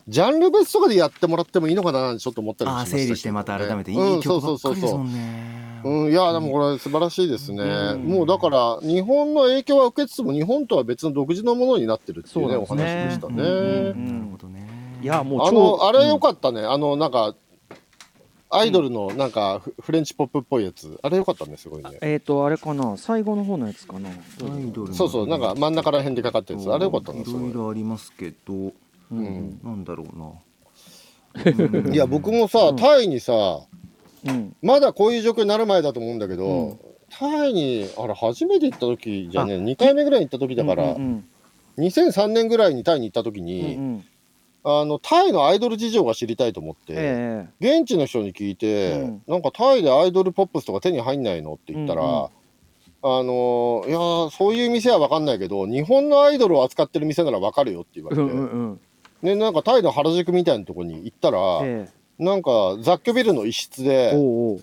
Speaker 4: ジャンル別とかでやってもらってもいいのかななんてちょっと思ったりし
Speaker 2: あ
Speaker 4: ま
Speaker 2: あ
Speaker 4: した
Speaker 2: 整理してまた改めていい曲ばっかりですもんね。
Speaker 4: うん、いや、でもこれ素晴らしいですね。
Speaker 2: うん
Speaker 4: もうだから、日本の影響は受けつつも、日本とは別の独自のものになってるっていうね、
Speaker 3: そう
Speaker 4: お
Speaker 3: です
Speaker 4: 話
Speaker 3: ね
Speaker 4: でしたね。
Speaker 3: うん
Speaker 2: なるほどね。
Speaker 3: いやもう
Speaker 4: あ
Speaker 3: 超
Speaker 4: の、あれ良かったね。あの、なんか、アイドルのなんかフ、フレンチポップっぽいやつ。あれ良かったね、すごいね。
Speaker 3: えっ、とあれかな最後の方のやつかな
Speaker 2: アイドルの
Speaker 4: そうそう、なんか真ん中ら辺でかかったやつ。あれ良かったね、
Speaker 2: い
Speaker 4: す
Speaker 2: ろ
Speaker 4: ご
Speaker 2: いろありますけど、
Speaker 4: ん
Speaker 2: なんだろうな。
Speaker 4: い。いや、僕もさ、タイにさ、
Speaker 3: うん
Speaker 4: まだこういう状況になる前だと思うんだけど、タイに、あれ、初めて行った時じゃね、2回目ぐらいに行った時だから、
Speaker 3: うんうん
Speaker 4: 2003年ぐらいにタイに行った時
Speaker 3: うんう
Speaker 4: に、
Speaker 3: ん
Speaker 4: あのタイのアイドル事情が知りたいと思って、
Speaker 3: え
Speaker 4: 現地の人に聞いて、
Speaker 3: うん
Speaker 4: なんかタイでアイドルポップスとか手に入んないのって言ったら、
Speaker 3: うんうん
Speaker 4: あのーいやーそういう店は分かんないけど日本のアイドルを扱ってる店なら分かるよって言わ
Speaker 3: え
Speaker 4: れ
Speaker 3: う
Speaker 4: て、
Speaker 3: んうんうん
Speaker 4: でなんかタイの原宿みたいなとこに行ったら、
Speaker 3: え
Speaker 4: なんか雑居ビルの一室で
Speaker 3: えおうおう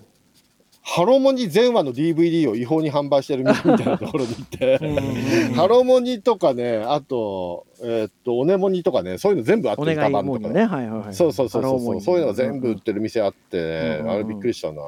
Speaker 4: ハロモニ全話の DVD を違法に販売し てる店みたいなところに行って、ハロモニとかねあと,、えーっとオネモニとかねそういうの全 部あって
Speaker 3: お
Speaker 4: る
Speaker 3: 願
Speaker 4: カ
Speaker 3: い
Speaker 4: バン
Speaker 3: も
Speaker 4: と
Speaker 3: う
Speaker 4: かね
Speaker 3: ねはいはいはい
Speaker 4: そうそうそうそうそうそういうのが全部売っ
Speaker 3: ね
Speaker 4: てる店あって
Speaker 3: う
Speaker 4: ね、
Speaker 3: んうんうん
Speaker 4: あれびっくりしたな、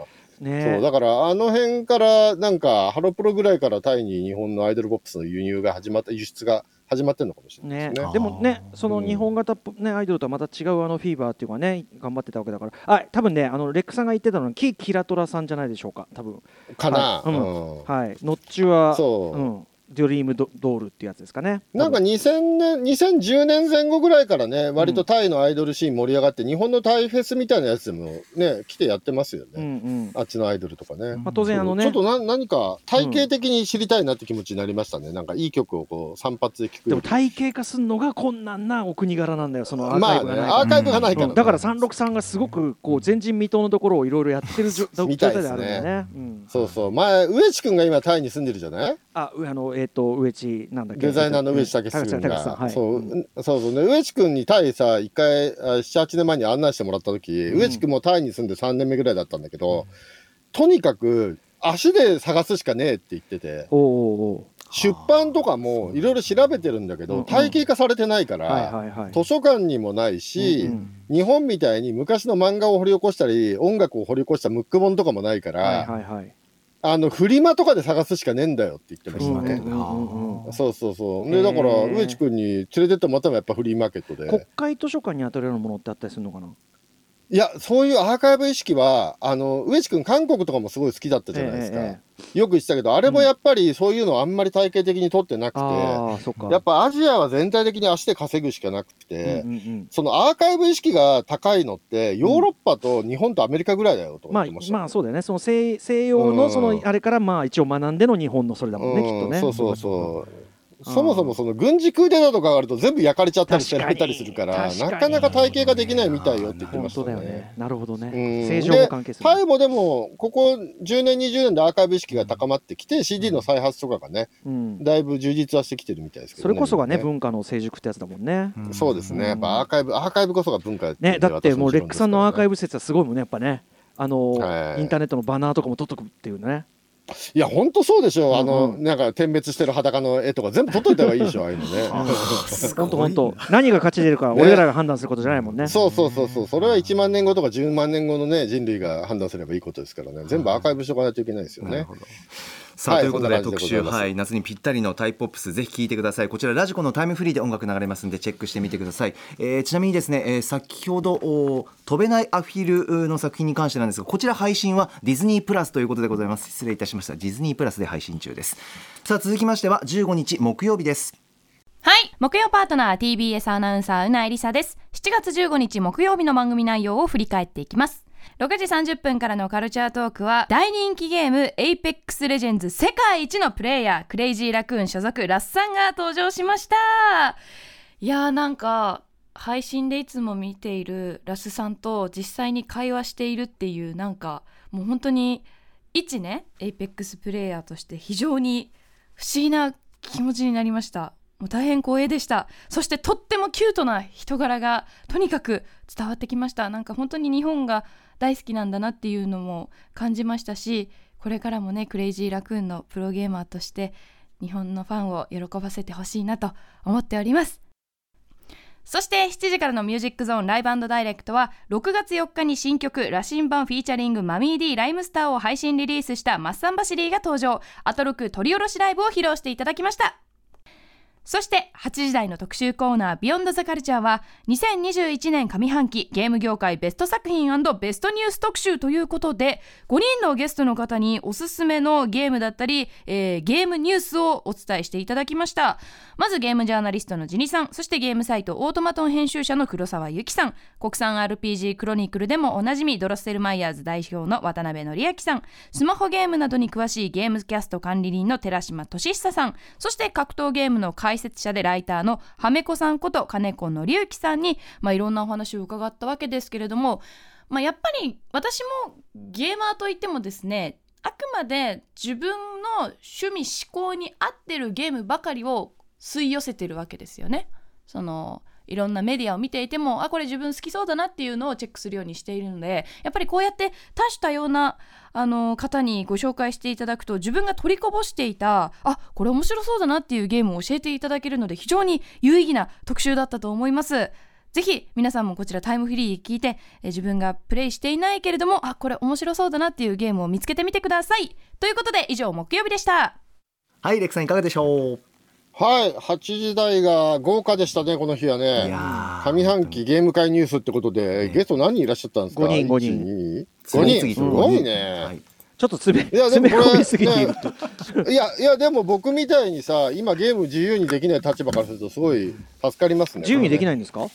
Speaker 3: え
Speaker 4: そうだからあの辺からなんかハロプロぐらいからタイに日本のアイドルポップスの輸入が始まった輸出が始まってるのかもしれない
Speaker 3: ね
Speaker 4: ですね
Speaker 2: あ
Speaker 3: でもねその日本型ポ、ね、アイドルとはまた違うあのフィーバーっていうかね頑張ってたわけだからあ多分ねあのレックさんが言ってたのはキキラトラさんじゃないでしょうか多分
Speaker 4: かな、
Speaker 3: はいう
Speaker 4: うん
Speaker 3: はいノッチは
Speaker 4: そう
Speaker 3: うん、ドリームドドールっていうやつですかね
Speaker 4: んなんか2000年2010年前後ぐらいからね割とタイのアイドルシーン盛り上がって、日本のタイフェスみたいなやつもね来てやってますよ
Speaker 3: う
Speaker 4: ね、
Speaker 3: んうん
Speaker 4: あっちのアイドルとかね、
Speaker 3: まあ、当然あの
Speaker 4: ちょ
Speaker 3: ね
Speaker 4: っとな何か体系的に知りたいなって気持ちになりましたね、なんかいい曲をこう散髪で聴く
Speaker 3: で
Speaker 4: よ
Speaker 3: も
Speaker 4: り
Speaker 3: 体系化するのが困難なお国柄なんだよそのアー
Speaker 4: ま
Speaker 3: カイ
Speaker 4: あ
Speaker 3: ブが
Speaker 4: ね
Speaker 3: ないから、
Speaker 4: アーカイブがないから、
Speaker 3: うんだから三六三がすごくこう前人未到のところをいろいろやってるじょ状
Speaker 4: みた
Speaker 3: 態
Speaker 4: い
Speaker 3: で
Speaker 4: ですね
Speaker 3: あるんだよね。うん、
Speaker 4: そうそう前植地君が今タイに住んでるじゃない
Speaker 3: あうあのえっ、と上地なんだっけ
Speaker 4: デザイナーの植地武史
Speaker 3: 高橋さ
Speaker 4: 君
Speaker 3: ん高橋さんは
Speaker 4: が
Speaker 3: い
Speaker 4: そう
Speaker 3: うん
Speaker 4: うんそうそうね植地君にタイさ一回78年前に案内してもらった時植地君もタイに住んで3年目ぐらいだったんだけどとにかく足で探すしかねえって言ってて
Speaker 3: おうおう
Speaker 4: 出版とかもいろいろ調べてるんだけ
Speaker 3: うんう
Speaker 4: ど
Speaker 3: ん
Speaker 4: 体系化されてないか
Speaker 3: おうはいは
Speaker 4: ら
Speaker 3: いはい。
Speaker 4: 図書館にもないし
Speaker 3: うんう
Speaker 4: 日本みたいに昔の漫画を掘り起こしたり音楽を掘り起こしたムック本とかもないか
Speaker 3: はい
Speaker 4: ら
Speaker 3: はいはい。
Speaker 4: あのフリマとかで探すしかねえんだよって言ってま
Speaker 2: フリ
Speaker 4: し
Speaker 2: マー
Speaker 4: た
Speaker 2: ケ
Speaker 4: ね
Speaker 2: ットで
Speaker 3: うんうんうん
Speaker 4: そうそうそう。
Speaker 3: へ
Speaker 4: で、
Speaker 3: ー
Speaker 4: だから、植地君に連れてってもらったのはやっぱフリーマーケット
Speaker 3: 国
Speaker 4: で。
Speaker 3: 会図書館に当たるようなものってあったりするのかな。
Speaker 4: いや、そういうアーカイブ意識は、あの、植地君韓国とかもすごい好きだったじゃないですか。
Speaker 3: えええ
Speaker 4: よく言ってたけど、あれもやっぱりそういうのをあんまり体系的に取ってなくて、
Speaker 3: ああそっか。
Speaker 4: やっぱアジアは全体的に足で稼ぐしかなくて、
Speaker 3: うんうんうん
Speaker 4: そのアーカイブ意識が高いのって、ヨーロッパと日本とアメリカぐらいだよとか
Speaker 3: ま
Speaker 4: 言
Speaker 3: あ
Speaker 4: ってました。
Speaker 3: まあそうだよね。その西西洋のその
Speaker 4: うん
Speaker 3: あれからまあ一応学んでの日本のそれだもんねきっと
Speaker 4: うん
Speaker 3: ね。
Speaker 4: そうそう
Speaker 3: う。
Speaker 4: そう。
Speaker 3: うん
Speaker 4: そもそもその軍事クーデターとかがあると全部焼かれちゃったりしてられたりするから
Speaker 3: 確かに
Speaker 4: なかなか体系ができないみたいよって言ってま
Speaker 3: 本
Speaker 4: した
Speaker 3: 当だよ
Speaker 4: ね
Speaker 3: ね。。なるほど
Speaker 4: う
Speaker 3: ね。
Speaker 4: ん
Speaker 3: 正常も関係する。
Speaker 4: タイもでも、ここ10年、20年でアーカイブ意識が高まってきて、CD の再発とかがね、
Speaker 3: うん。
Speaker 4: だいぶ充実はしてきてるみたいですけど
Speaker 3: それこそがね
Speaker 4: 日本
Speaker 3: 文化の成熟ってやつだもんね。
Speaker 2: うん
Speaker 4: そうですね、やっぱアーカイブ、アーカイブこそが文化
Speaker 3: ねだってもうレックさんのアーカイ
Speaker 4: ブ。
Speaker 3: ブ説はすごいもんねやっぱね。あの
Speaker 4: はい
Speaker 3: インターネットのバナーとかも取っとくっていうね。
Speaker 4: いや、ほんとそうでしょ、あ
Speaker 3: うん
Speaker 4: の、
Speaker 3: うん
Speaker 4: なんか点滅してる裸の絵とか、全部撮っといた方がいいでしょ、ああいう のね。
Speaker 3: 本当本当。何が勝ち出るか俺らが判断することじゃないもんね。
Speaker 4: そうそうそうそう、それは1万年後とか10万年後のね、人類が判断すればいいことですからね、全部アーカイブしとかないといけないですよ
Speaker 2: なる
Speaker 4: ね。
Speaker 2: ほど。さあ、
Speaker 4: はい
Speaker 2: ということで
Speaker 4: そんな感
Speaker 2: 特
Speaker 4: じで
Speaker 2: 集
Speaker 4: ございます
Speaker 2: はい夏にぴったりのタイポップスぜひ聞いてくださいこちらラジコのタイムフリーで音楽流れますんでチェックしてみてください、えーちなみにですね、えー先ほどお飛べないアフィルの作品に関してなんですがこちら配信はディズニープラスということでございます失礼いたしましたディズニープラスで配信中ですさあ続きましては15日木曜日です
Speaker 8: はい木曜パートナー TBS アナウンサーうなえりさです7月15日木曜日の番組内容を振り返っていきます6時30分からのカルチャートークは大人気ゲーム Apex Legends 世界一のプレイヤークレイジーラクーン所属ラッサンが登場しましたいやーなんか配信でいつも見ているラスさんと実際に会話しているっていうなんかもう本当に一ね Apex プレイヤーとして非常に不思議な気持ちになりましたもう大変光栄でしたそしてとってもキュートな人柄がとにかく伝わってきましたなんか本当に日本が大好きなんだなっていうのも感じましたしこれからもねクレイジーラクーンのプロゲーマーとして日本のファンを喜ばせてほしいなと思っておりますそして7時からのミュージックゾーンライブダイレクトは6月4日に新曲羅針盤フィーチャリングマミー D ライムスターを配信リリースしたマッサンバシリーが登場アトロク取り下ろしライブを披露していただきましたそして8時台の特集コーナービヨンドザカルチャーは2021年上半期ゲーム業界ベスト作品ベストニュース特集ということで5人のゲストの方におすすめのゲームだったり、えーゲームニュースをお伝えしていただきましたまずゲームジャーナリストのジニさんそしてゲームサイトオートマトン編集者の黒沢由紀さん国産 RPG クロニクルでもおなじみドロッセルマイヤーズ代表の渡辺則明さんスマホゲームなどに詳しいゲームキャスト管理人の寺島俊久さんそして格闘ゲームの解説者でライターのはめこさんこと金子則之さんに、まあ、いろんなお話を伺ったわけですけれども、まあ、やっぱり私もゲーマーといってもですねあくまで自分の趣味思考に合ってるゲームばかりを吸い寄せてるわけですよね。そのいろんなメディアを見ていてもあこれ自分好きそうだなっていうのをチェックするようにしているのでやっぱりこうやって多種多様なあの方にご紹介していただくと自分が取りこぼしていたあこれ面白そうだなっていうゲームを教えていただけるので非常に有意義な特集だったと思います。ぜひ皆さんもこちらタイムフリー聞いてえ自分がプレイしていないけれどもあこれ面白そうだなっていうゲームを見つけてみてください。ということで以上木曜日でした。
Speaker 2: はいレクさんいかがでしょう
Speaker 4: はい、8時台が豪華でしたね、この日はね。上半期ゲーム会ニュースってことで、ゲスト何人いらっしゃったんですか
Speaker 3: 五人五人
Speaker 4: 人。5
Speaker 2: 次々
Speaker 4: 人す
Speaker 2: と
Speaker 4: ごい
Speaker 2: は
Speaker 4: ね。
Speaker 3: ちょっと詰め
Speaker 4: いやで
Speaker 3: 詰
Speaker 4: も
Speaker 3: め
Speaker 4: これ
Speaker 3: 込みすぎていると、
Speaker 4: いや、いや、でも僕みたいにさ、今ゲーム自由にできない立場からすると、すごい助かりますね。
Speaker 3: 自由にでき
Speaker 4: ない。
Speaker 3: ないんですか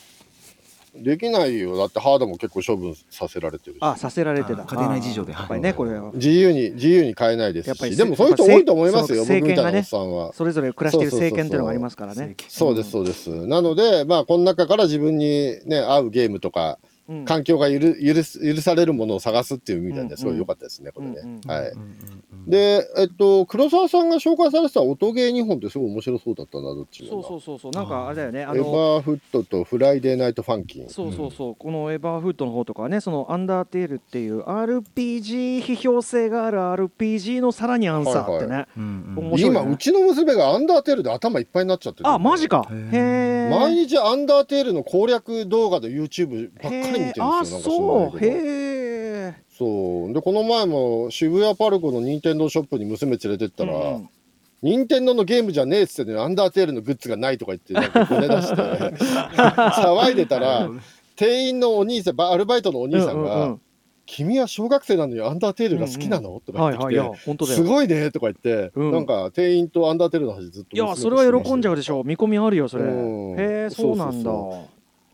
Speaker 4: できないよ。だってハードも結構処分させられてるし。
Speaker 3: あさせられてた
Speaker 2: あ家庭内事情で
Speaker 3: あーやっぱりねこれは
Speaker 4: 自由に、自由に買えないで
Speaker 3: や
Speaker 4: す
Speaker 3: っぱり
Speaker 4: し。でもそういう人多いと思いますよ、
Speaker 3: その
Speaker 4: 僕みたいなおっ
Speaker 3: 政
Speaker 4: さんは。
Speaker 3: それぞれ暮らしている政権っていうのがありますからね
Speaker 4: そうです、そうです。なので、まあ、この中から自分にね、合うゲームとか、
Speaker 3: うん
Speaker 4: 環境が許許す許されるものを探すっていう意味では
Speaker 3: うんう
Speaker 4: ね、
Speaker 3: ん
Speaker 4: すごい良かったですね、これね。
Speaker 3: うんうん
Speaker 4: はい。で、えっと、黒沢さんが紹介されてた音ゲー2本ってすごい面白そうだったな、どっちも。
Speaker 3: そうそうそうそうなんかあれだよねあ
Speaker 4: エバ
Speaker 3: の
Speaker 4: ーフットとフライデーナイトファンキン。
Speaker 3: そうそうそう、このエバーフットの方とかはねそのアンダーテールっていう RPG 批評性がある RPG のさらにアンサーってね、面白いね
Speaker 4: 今、うちの娘がアンダーテールで頭いっぱいになっちゃってる。
Speaker 3: あマジ。かへえ
Speaker 4: 毎日アンダーテールの攻略動画で YouTube ばっかり見てるんですよ、なん
Speaker 3: あ
Speaker 4: かそ
Speaker 3: そう
Speaker 4: う
Speaker 3: へえ
Speaker 4: そう。で、この前も渋谷パルコの任天堂ショップに娘連れてったら、
Speaker 3: うん
Speaker 4: 任天堂のゲームじゃねえっつってね、アンダーテールのグッズがないとか言って、なんかこ ね出して、騒いでたら、店員のお兄さん、ばアルバイトのお兄さんが、
Speaker 3: うんうん
Speaker 4: 君は小学生なのにアンダーテールが好きなの、
Speaker 3: う
Speaker 4: と
Speaker 3: ん、
Speaker 4: か言
Speaker 3: は
Speaker 4: っ
Speaker 3: い
Speaker 4: て
Speaker 3: はいい
Speaker 4: きて、
Speaker 3: や本当だ
Speaker 4: す
Speaker 3: よ
Speaker 4: ごいねとか言って、
Speaker 3: うん
Speaker 4: なんか店員とアンダーテールの話ずっと
Speaker 3: いやそれは喜んじゃうでし
Speaker 4: ょ。
Speaker 3: ょう見込みあるよそれ
Speaker 4: うん
Speaker 3: へえそうなんだ
Speaker 4: そうそ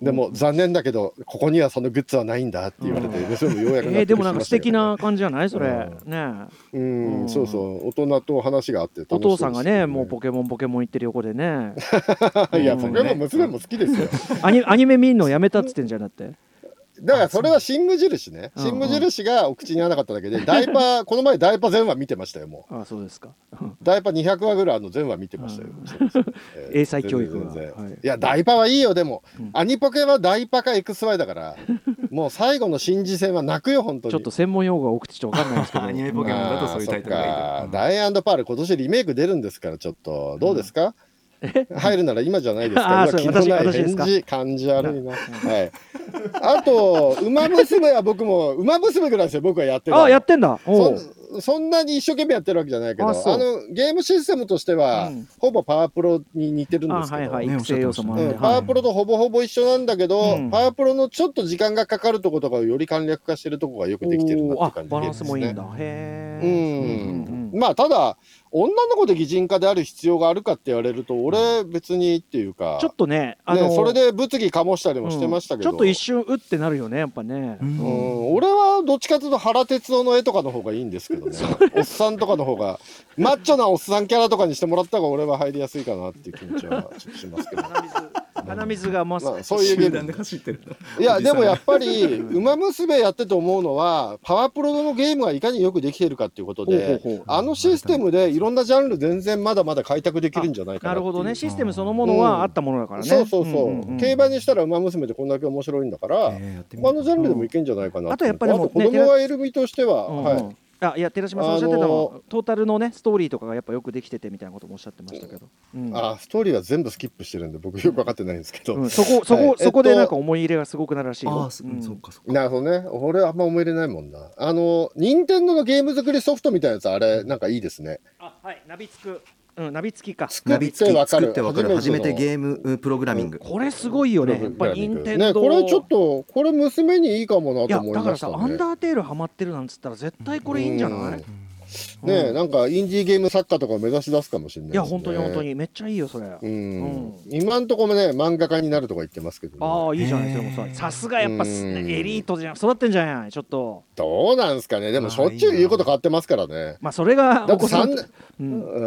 Speaker 4: うでも残念だけど、ここにはそのグッズはないんだって言われて、
Speaker 3: うん
Speaker 4: 娘もようやく納得しましたけどね
Speaker 3: えー、でもなんか素敵な感じじゃないそれ、
Speaker 4: う
Speaker 3: ねえ
Speaker 4: うん、
Speaker 3: うん
Speaker 4: そうそう、大人と話があって楽しそ
Speaker 3: お
Speaker 4: うです
Speaker 3: 父
Speaker 4: よ、
Speaker 3: さんがねもうポケモンポケモン言ってる横でね
Speaker 4: いや、
Speaker 3: うん
Speaker 4: ポケモン娘も好きですよ。
Speaker 3: アニアニメ見るのやめたっつってんじゃなくて
Speaker 4: だから、それは新無印ね。
Speaker 3: うん
Speaker 4: 新無印がお口に合わなかっただけで、ダイパー、この前ダイパー全話見てましたよ、も
Speaker 3: あそうですか
Speaker 4: う。ダイパー200話ぐらいあの全話見てましたよ
Speaker 3: う。
Speaker 4: そうそうえー
Speaker 3: 英才教育が
Speaker 4: 全然全然
Speaker 3: はい
Speaker 4: いや、ダイパーはいいよ、でも
Speaker 3: うん。
Speaker 4: アニポケはダイパーか XY だから、もう最後の新次戦は泣くよ、本当に。
Speaker 3: ちょっと専門用語が多くてちょっとわかんないですけど
Speaker 2: アニメ
Speaker 4: あ
Speaker 2: ポケモンだとそういうタイトルがい
Speaker 4: ーそっか
Speaker 2: いと
Speaker 4: ダイアンドパール今年リメイク出るんですからちょっとどうですか、 入るなら今じゃないです
Speaker 3: あ
Speaker 4: か
Speaker 3: ー
Speaker 4: 今
Speaker 3: それ
Speaker 4: 昨日ない
Speaker 3: 私私です
Speaker 4: 返
Speaker 3: か
Speaker 4: 事感じ悪いな、はいあと馬娘 は僕も馬娘ぐらいですよ僕はやってる
Speaker 3: あやってんだお
Speaker 4: そ
Speaker 3: うん
Speaker 4: そんなに一生懸命やってるわけじゃないけどあ
Speaker 3: あそう
Speaker 4: のゲームシステムとしては、
Speaker 3: うん
Speaker 4: ほぼパワープロに似てるん
Speaker 3: あ
Speaker 4: ですけ
Speaker 3: は
Speaker 4: ど、
Speaker 3: いはい
Speaker 2: ね
Speaker 3: 育成要素もある
Speaker 4: うんん
Speaker 3: で、
Speaker 4: パ
Speaker 3: は
Speaker 4: ワ
Speaker 3: い
Speaker 4: ープロとほぼほぼ一緒なんだけど、
Speaker 3: うん
Speaker 4: パワープロのちょっと時間がかかるとことかをより簡略化してるとこがよくできてるな
Speaker 3: おー
Speaker 4: っ
Speaker 3: あ
Speaker 4: て感じ
Speaker 3: バラ
Speaker 4: で
Speaker 3: ン
Speaker 4: す
Speaker 3: ス
Speaker 4: ね
Speaker 3: もいいんだへ
Speaker 4: う
Speaker 3: え
Speaker 4: ん
Speaker 3: うん
Speaker 4: まあただ女の子で擬人化である必要があるかって言われると俺別にっていうか、
Speaker 3: ちょっとねあの
Speaker 4: ね、それで物議かもしたりもしてましたけど、
Speaker 3: うんちょっと一瞬うってなるよねやっぱね、
Speaker 2: うん
Speaker 4: う
Speaker 2: うん
Speaker 4: ん、俺はどっちかというと原哲夫の絵とかの方がいいんです けどねおっさんとかの方がマッチョなおっさんキャラとかにしてもらった方が俺は入りやすいかなっていう気持ちはちょっとします けど
Speaker 3: 鼻水がま
Speaker 4: まあ
Speaker 3: す
Speaker 4: そういうゲ
Speaker 2: 集
Speaker 4: ー
Speaker 2: 団で
Speaker 4: ム
Speaker 2: 走ってる
Speaker 4: いやでもやっぱり「ウマ娘」やってて思うのはパワープロのゲームがいかによくできてるかっていうことで
Speaker 3: ほうほうほう
Speaker 4: あのシステムでいろんなジャンル全然まだまだ開拓できるんじゃないかな
Speaker 3: な
Speaker 4: ってい
Speaker 3: る
Speaker 4: う
Speaker 3: ほどねシステムそのものはあったものだからね、
Speaker 4: そうそうそう,、
Speaker 3: んんん
Speaker 4: 競馬にしたら「ウマ娘」ってこんだけ面白いんだから、
Speaker 2: えーやってみよう
Speaker 4: 他のジャンルでもいけんじゃないかな
Speaker 3: あとやっぱでも
Speaker 4: あと子供
Speaker 3: ね
Speaker 4: がいる身としては、
Speaker 3: うんうん
Speaker 4: はい
Speaker 3: あいや寺島さんおっしゃってたのは、トータルのねストーリーとかがやっぱよくできててみたいなこともおっしゃってましたけど、うん
Speaker 4: あストーリーは全部スキップしてるんで僕よく分かってないんですけど、
Speaker 3: うんそこそこ、
Speaker 4: はい
Speaker 3: そこ
Speaker 4: え
Speaker 3: で
Speaker 4: っと
Speaker 3: なんか思い入れがすごくなるらしいよ
Speaker 2: ああ、そうん、そっか、そっか。
Speaker 4: なるほどね俺あんま思い入れないもんなあの任天堂のゲーム作りソフトみたいなやつあれなんかいいですね
Speaker 3: あはいナビつくうんナビつきか
Speaker 4: 作
Speaker 2: ナ
Speaker 4: っ
Speaker 2: ビ
Speaker 4: て
Speaker 2: 付き
Speaker 4: わか
Speaker 2: 作
Speaker 4: る
Speaker 2: ってわかる初めて
Speaker 4: ー
Speaker 2: ゲームうんプログラミング、
Speaker 3: これすごいよねやっぱり任天堂
Speaker 4: ねこれちょっとこれ娘にいいかもないと
Speaker 3: や
Speaker 4: 思い
Speaker 3: だか
Speaker 4: ま
Speaker 3: ら
Speaker 4: した
Speaker 3: さ、
Speaker 4: ね
Speaker 3: アンダーテールハマってるなんつったら絶対これいいんじゃない、
Speaker 4: うんねなんかインディーゲーム作家とかを目指し出すかもしれない
Speaker 3: い
Speaker 4: です
Speaker 3: や
Speaker 4: ね
Speaker 3: 本当に本当にめっちゃいいよそれ、あ
Speaker 4: うん
Speaker 3: うん
Speaker 4: 今んとこもね漫画家になるとか言ってますけどね、
Speaker 3: あいいじゃないですかさすがやっぱす
Speaker 4: うん
Speaker 3: エリートじゃん育ってんじゃないちょっと
Speaker 4: どうなんですかねでもしょっちゅう言うこと変わってますからね
Speaker 3: まあそれがお
Speaker 4: だって
Speaker 3: 子さ
Speaker 4: 3
Speaker 3: ん
Speaker 4: 年
Speaker 3: うん
Speaker 4: う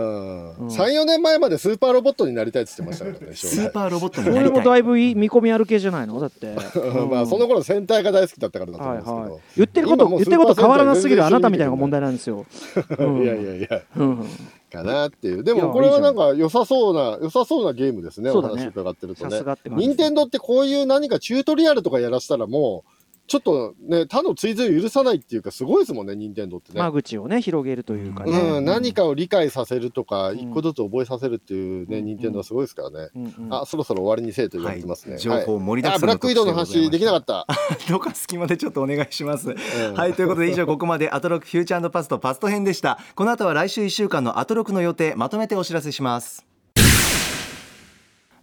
Speaker 3: ん
Speaker 4: ん34年前までスーパーロボットになりたいって言ってましたからね将
Speaker 2: ス
Speaker 4: 来
Speaker 2: ーパーロボット
Speaker 3: こ
Speaker 2: にな
Speaker 3: れ
Speaker 2: り
Speaker 3: も
Speaker 2: た
Speaker 3: だ
Speaker 2: い
Speaker 3: いぶい見込みある系じゃないのだ って、
Speaker 4: うん まあその頃戦隊が大好きだったからだと思
Speaker 3: は
Speaker 4: う
Speaker 3: い
Speaker 4: んですけど、
Speaker 3: はい言ってるこ
Speaker 4: 今
Speaker 3: と
Speaker 4: もう
Speaker 3: 言ってること変わらなすぎるあなたみたいなのが
Speaker 4: スーパー
Speaker 3: 問題なんですよ、
Speaker 4: いやいやいや
Speaker 3: うん、
Speaker 4: かなっていうで
Speaker 3: いや
Speaker 4: もこれはなんか良さそうな良さそうなゲームですね
Speaker 3: そ
Speaker 4: お
Speaker 3: うだね
Speaker 4: 話伺ってると
Speaker 3: さ
Speaker 4: ね
Speaker 3: すがって感じ
Speaker 4: 任天堂ってこういう何かチュートリアルとかやらしたらもうちょっとね他の追随を許さないっていうかすごいですもんね任天堂ってね、
Speaker 3: 間口をね広げるというかね、
Speaker 4: うん、何
Speaker 3: か、
Speaker 4: かを理解させるとか、
Speaker 3: ん
Speaker 4: 一個ずつ覚えさせるっていうね、
Speaker 3: うん
Speaker 4: 任天堂はすごいですからね。
Speaker 3: うんうん
Speaker 4: あ、そろそろ終わりにせえと言われてますね。
Speaker 2: はい情報盛りだくさ
Speaker 4: あ、
Speaker 2: ん
Speaker 4: ブ
Speaker 2: の
Speaker 4: ラックウィドウの
Speaker 2: 特集で
Speaker 4: 話
Speaker 2: ござ
Speaker 4: で
Speaker 2: い
Speaker 4: き
Speaker 2: ま
Speaker 4: な
Speaker 2: し
Speaker 4: か
Speaker 2: た
Speaker 4: った。
Speaker 2: どうか隙間でちょっとお願いします。
Speaker 4: ん
Speaker 2: はいということで以上ここまでアトロックフューチャーパストパスト編でしたこの後は来週1週間のアトロックの予定まとめてお知らせします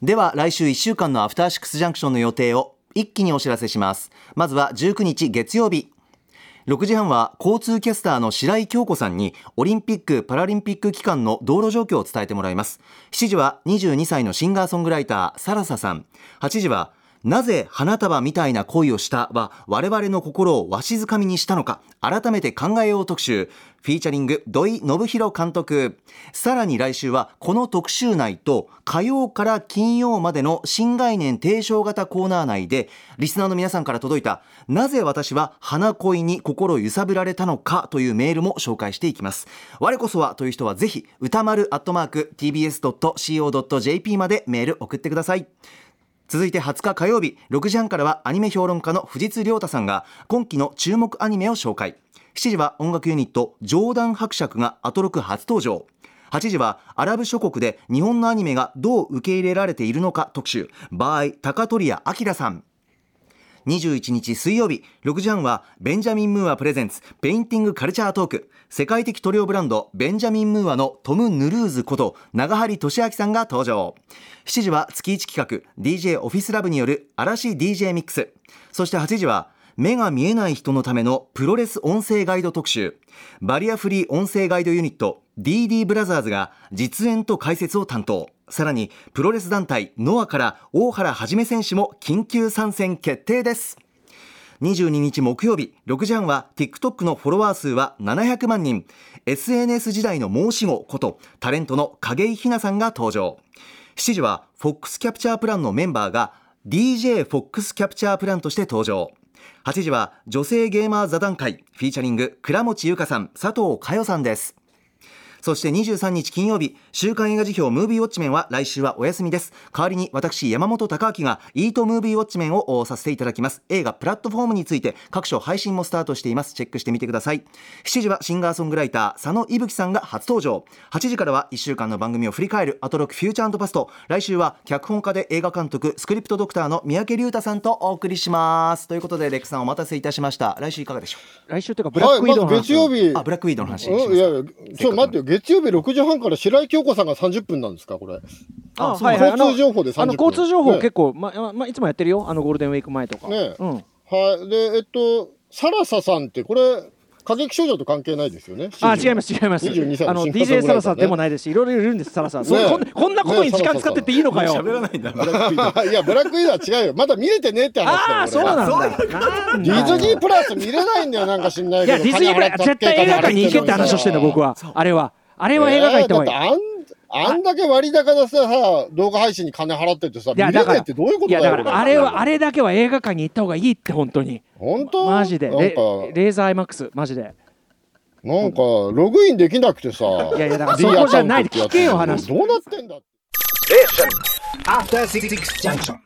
Speaker 2: では来週1週間のアフターシックスジャンクションの予定を一気にお知らせしますまずは19日月曜日6時半は交通キャスターの白井京子さんにオリンピック・パラリンピック期間の道路状況を伝えてもらいます7時は22歳のシンガーソングライターサラサさん8時はなぜ花束みたいな恋をしたは我々の心をわしづかみにしたのか改めて考えよう特集フィーチャリング土井信弘監督さらに来週はこの特集内と火曜から金曜までの新概念提唱型コーナー内でリスナーの皆さんから届いたなぜ私は花恋に心揺さぶられたのかというメールも紹介していきます我こそはという人はぜひ歌丸 tbs.co.jp までメール送ってください続いて20日火曜日6時半からはアニメ評論家の藤津亮太さんが今期の注目アニメを紹介7時は音楽ユニットジョーダン伯爵がアトロク初登場8時はアラブ諸国で日本のアニメがどう受け入れられているのか特集 by 高取屋明さん21日水曜日6時半はベンジャミン・ムーアプレゼンツペインティングカルチャートーク世界的塗料ブランドベンジャミン・ムーアのトム・ヌルーズこと長張俊明さんが登場7時は月1企画 DJ オフィスラブによる嵐 DJ ミックスそして8時は目が見えない人のためのプロレス音声ガイド特集バリアフリー音声ガイドユニット DD ブラザーズが実演と解説を担当さらにプロレス団体ノアから大原はじめ選手も緊急参戦決定です22日木曜日6時半は TikTok のフォロワー数は700万人 SNS 時代の申し子ことタレントの景井ひなさんが登場7時は FOX キャプチャープランのメンバーが DJFOX キャプチャープランとして登場8時は女性ゲーマー座談会フィーチャリング倉持優香さん佐藤佳代さんですそして23日金曜日、週刊映画辞表ムービーウォッチメンは来週はお休みです。代わりに私、山本隆明がイートムービーウォッチメンをさせていただきます。映画プラットフォームについて各所配信もスタートしています。チェックしてみてください。7時はシンガーソングライター、佐野いぶきさんが初登場。8時からは1週間の番組を振り返るアトロックフューチャーパスト。来週は脚本家で映画監督、スクリプトドクターの三宅龍太さんとお送りします。ということで、レックさんお待たせいたしました。来週いかがでしょ
Speaker 3: 来週というかブラッ
Speaker 4: はい、
Speaker 3: クウィ
Speaker 4: ま
Speaker 3: ドウの話
Speaker 4: ず月曜日。
Speaker 2: うあ、ブラックウィードの話しま
Speaker 4: うんい
Speaker 2: す
Speaker 4: やいや、ちょっと待ってよ、月曜日6時半から白井京子さんが30分なんですか、これ。
Speaker 3: あ
Speaker 2: そう
Speaker 3: はいはいあの
Speaker 4: 交通情報で30分
Speaker 3: あの交通情報
Speaker 4: ね
Speaker 3: 結構、まあまあいつもやってるよあのゴールデンウィーク前とか、
Speaker 4: ね
Speaker 3: うん
Speaker 4: はい、で、えっと、サラサさんって、これ、過激少女と関係ないですよね。
Speaker 3: あ違います違います。
Speaker 4: 22歳
Speaker 3: あの
Speaker 4: 新刊
Speaker 3: DJ サラサでも
Speaker 4: ない。
Speaker 3: ないですし、いろいろいるんですサラサ。それこんこんなことに時間使ってっていいのかよ。
Speaker 2: 喋らないんだ、ブラックウィード。
Speaker 4: いや、ブラックイーダー違うよ。まだ見れてねえって話だよ。
Speaker 3: ああそうなんだ。なん
Speaker 4: デ
Speaker 3: だよ
Speaker 4: ィズニープラス見れないんだよ、なんか知んない
Speaker 3: い
Speaker 4: け
Speaker 3: や
Speaker 4: ど。
Speaker 3: ディズニープラ
Speaker 4: 金払っ
Speaker 3: ス
Speaker 4: た
Speaker 3: 絶対映画館に行けって話をしてんだ僕は。あれはあれは映画館行った方がいい。
Speaker 4: いや。だってあんあんだけ割高ださ、動画配信に金払っててさ、
Speaker 3: い
Speaker 4: 見
Speaker 3: や
Speaker 4: れ
Speaker 3: だ
Speaker 4: ね
Speaker 3: か
Speaker 4: え
Speaker 3: ら
Speaker 4: ってどういうこ
Speaker 3: い
Speaker 4: と
Speaker 3: や
Speaker 4: だ
Speaker 3: だ
Speaker 4: よ。
Speaker 3: からあれはあれだけは映画館に行った方がいいって本当に。
Speaker 4: 本当
Speaker 3: マジで
Speaker 4: なん
Speaker 3: レ
Speaker 4: か、
Speaker 3: レーザーアイマックスマジで。
Speaker 4: なんか、ログインできなくてさ。い
Speaker 3: やいやだからそこじゃない聞けよ話
Speaker 4: どうなってんだ
Speaker 9: アフターシックスジャンクション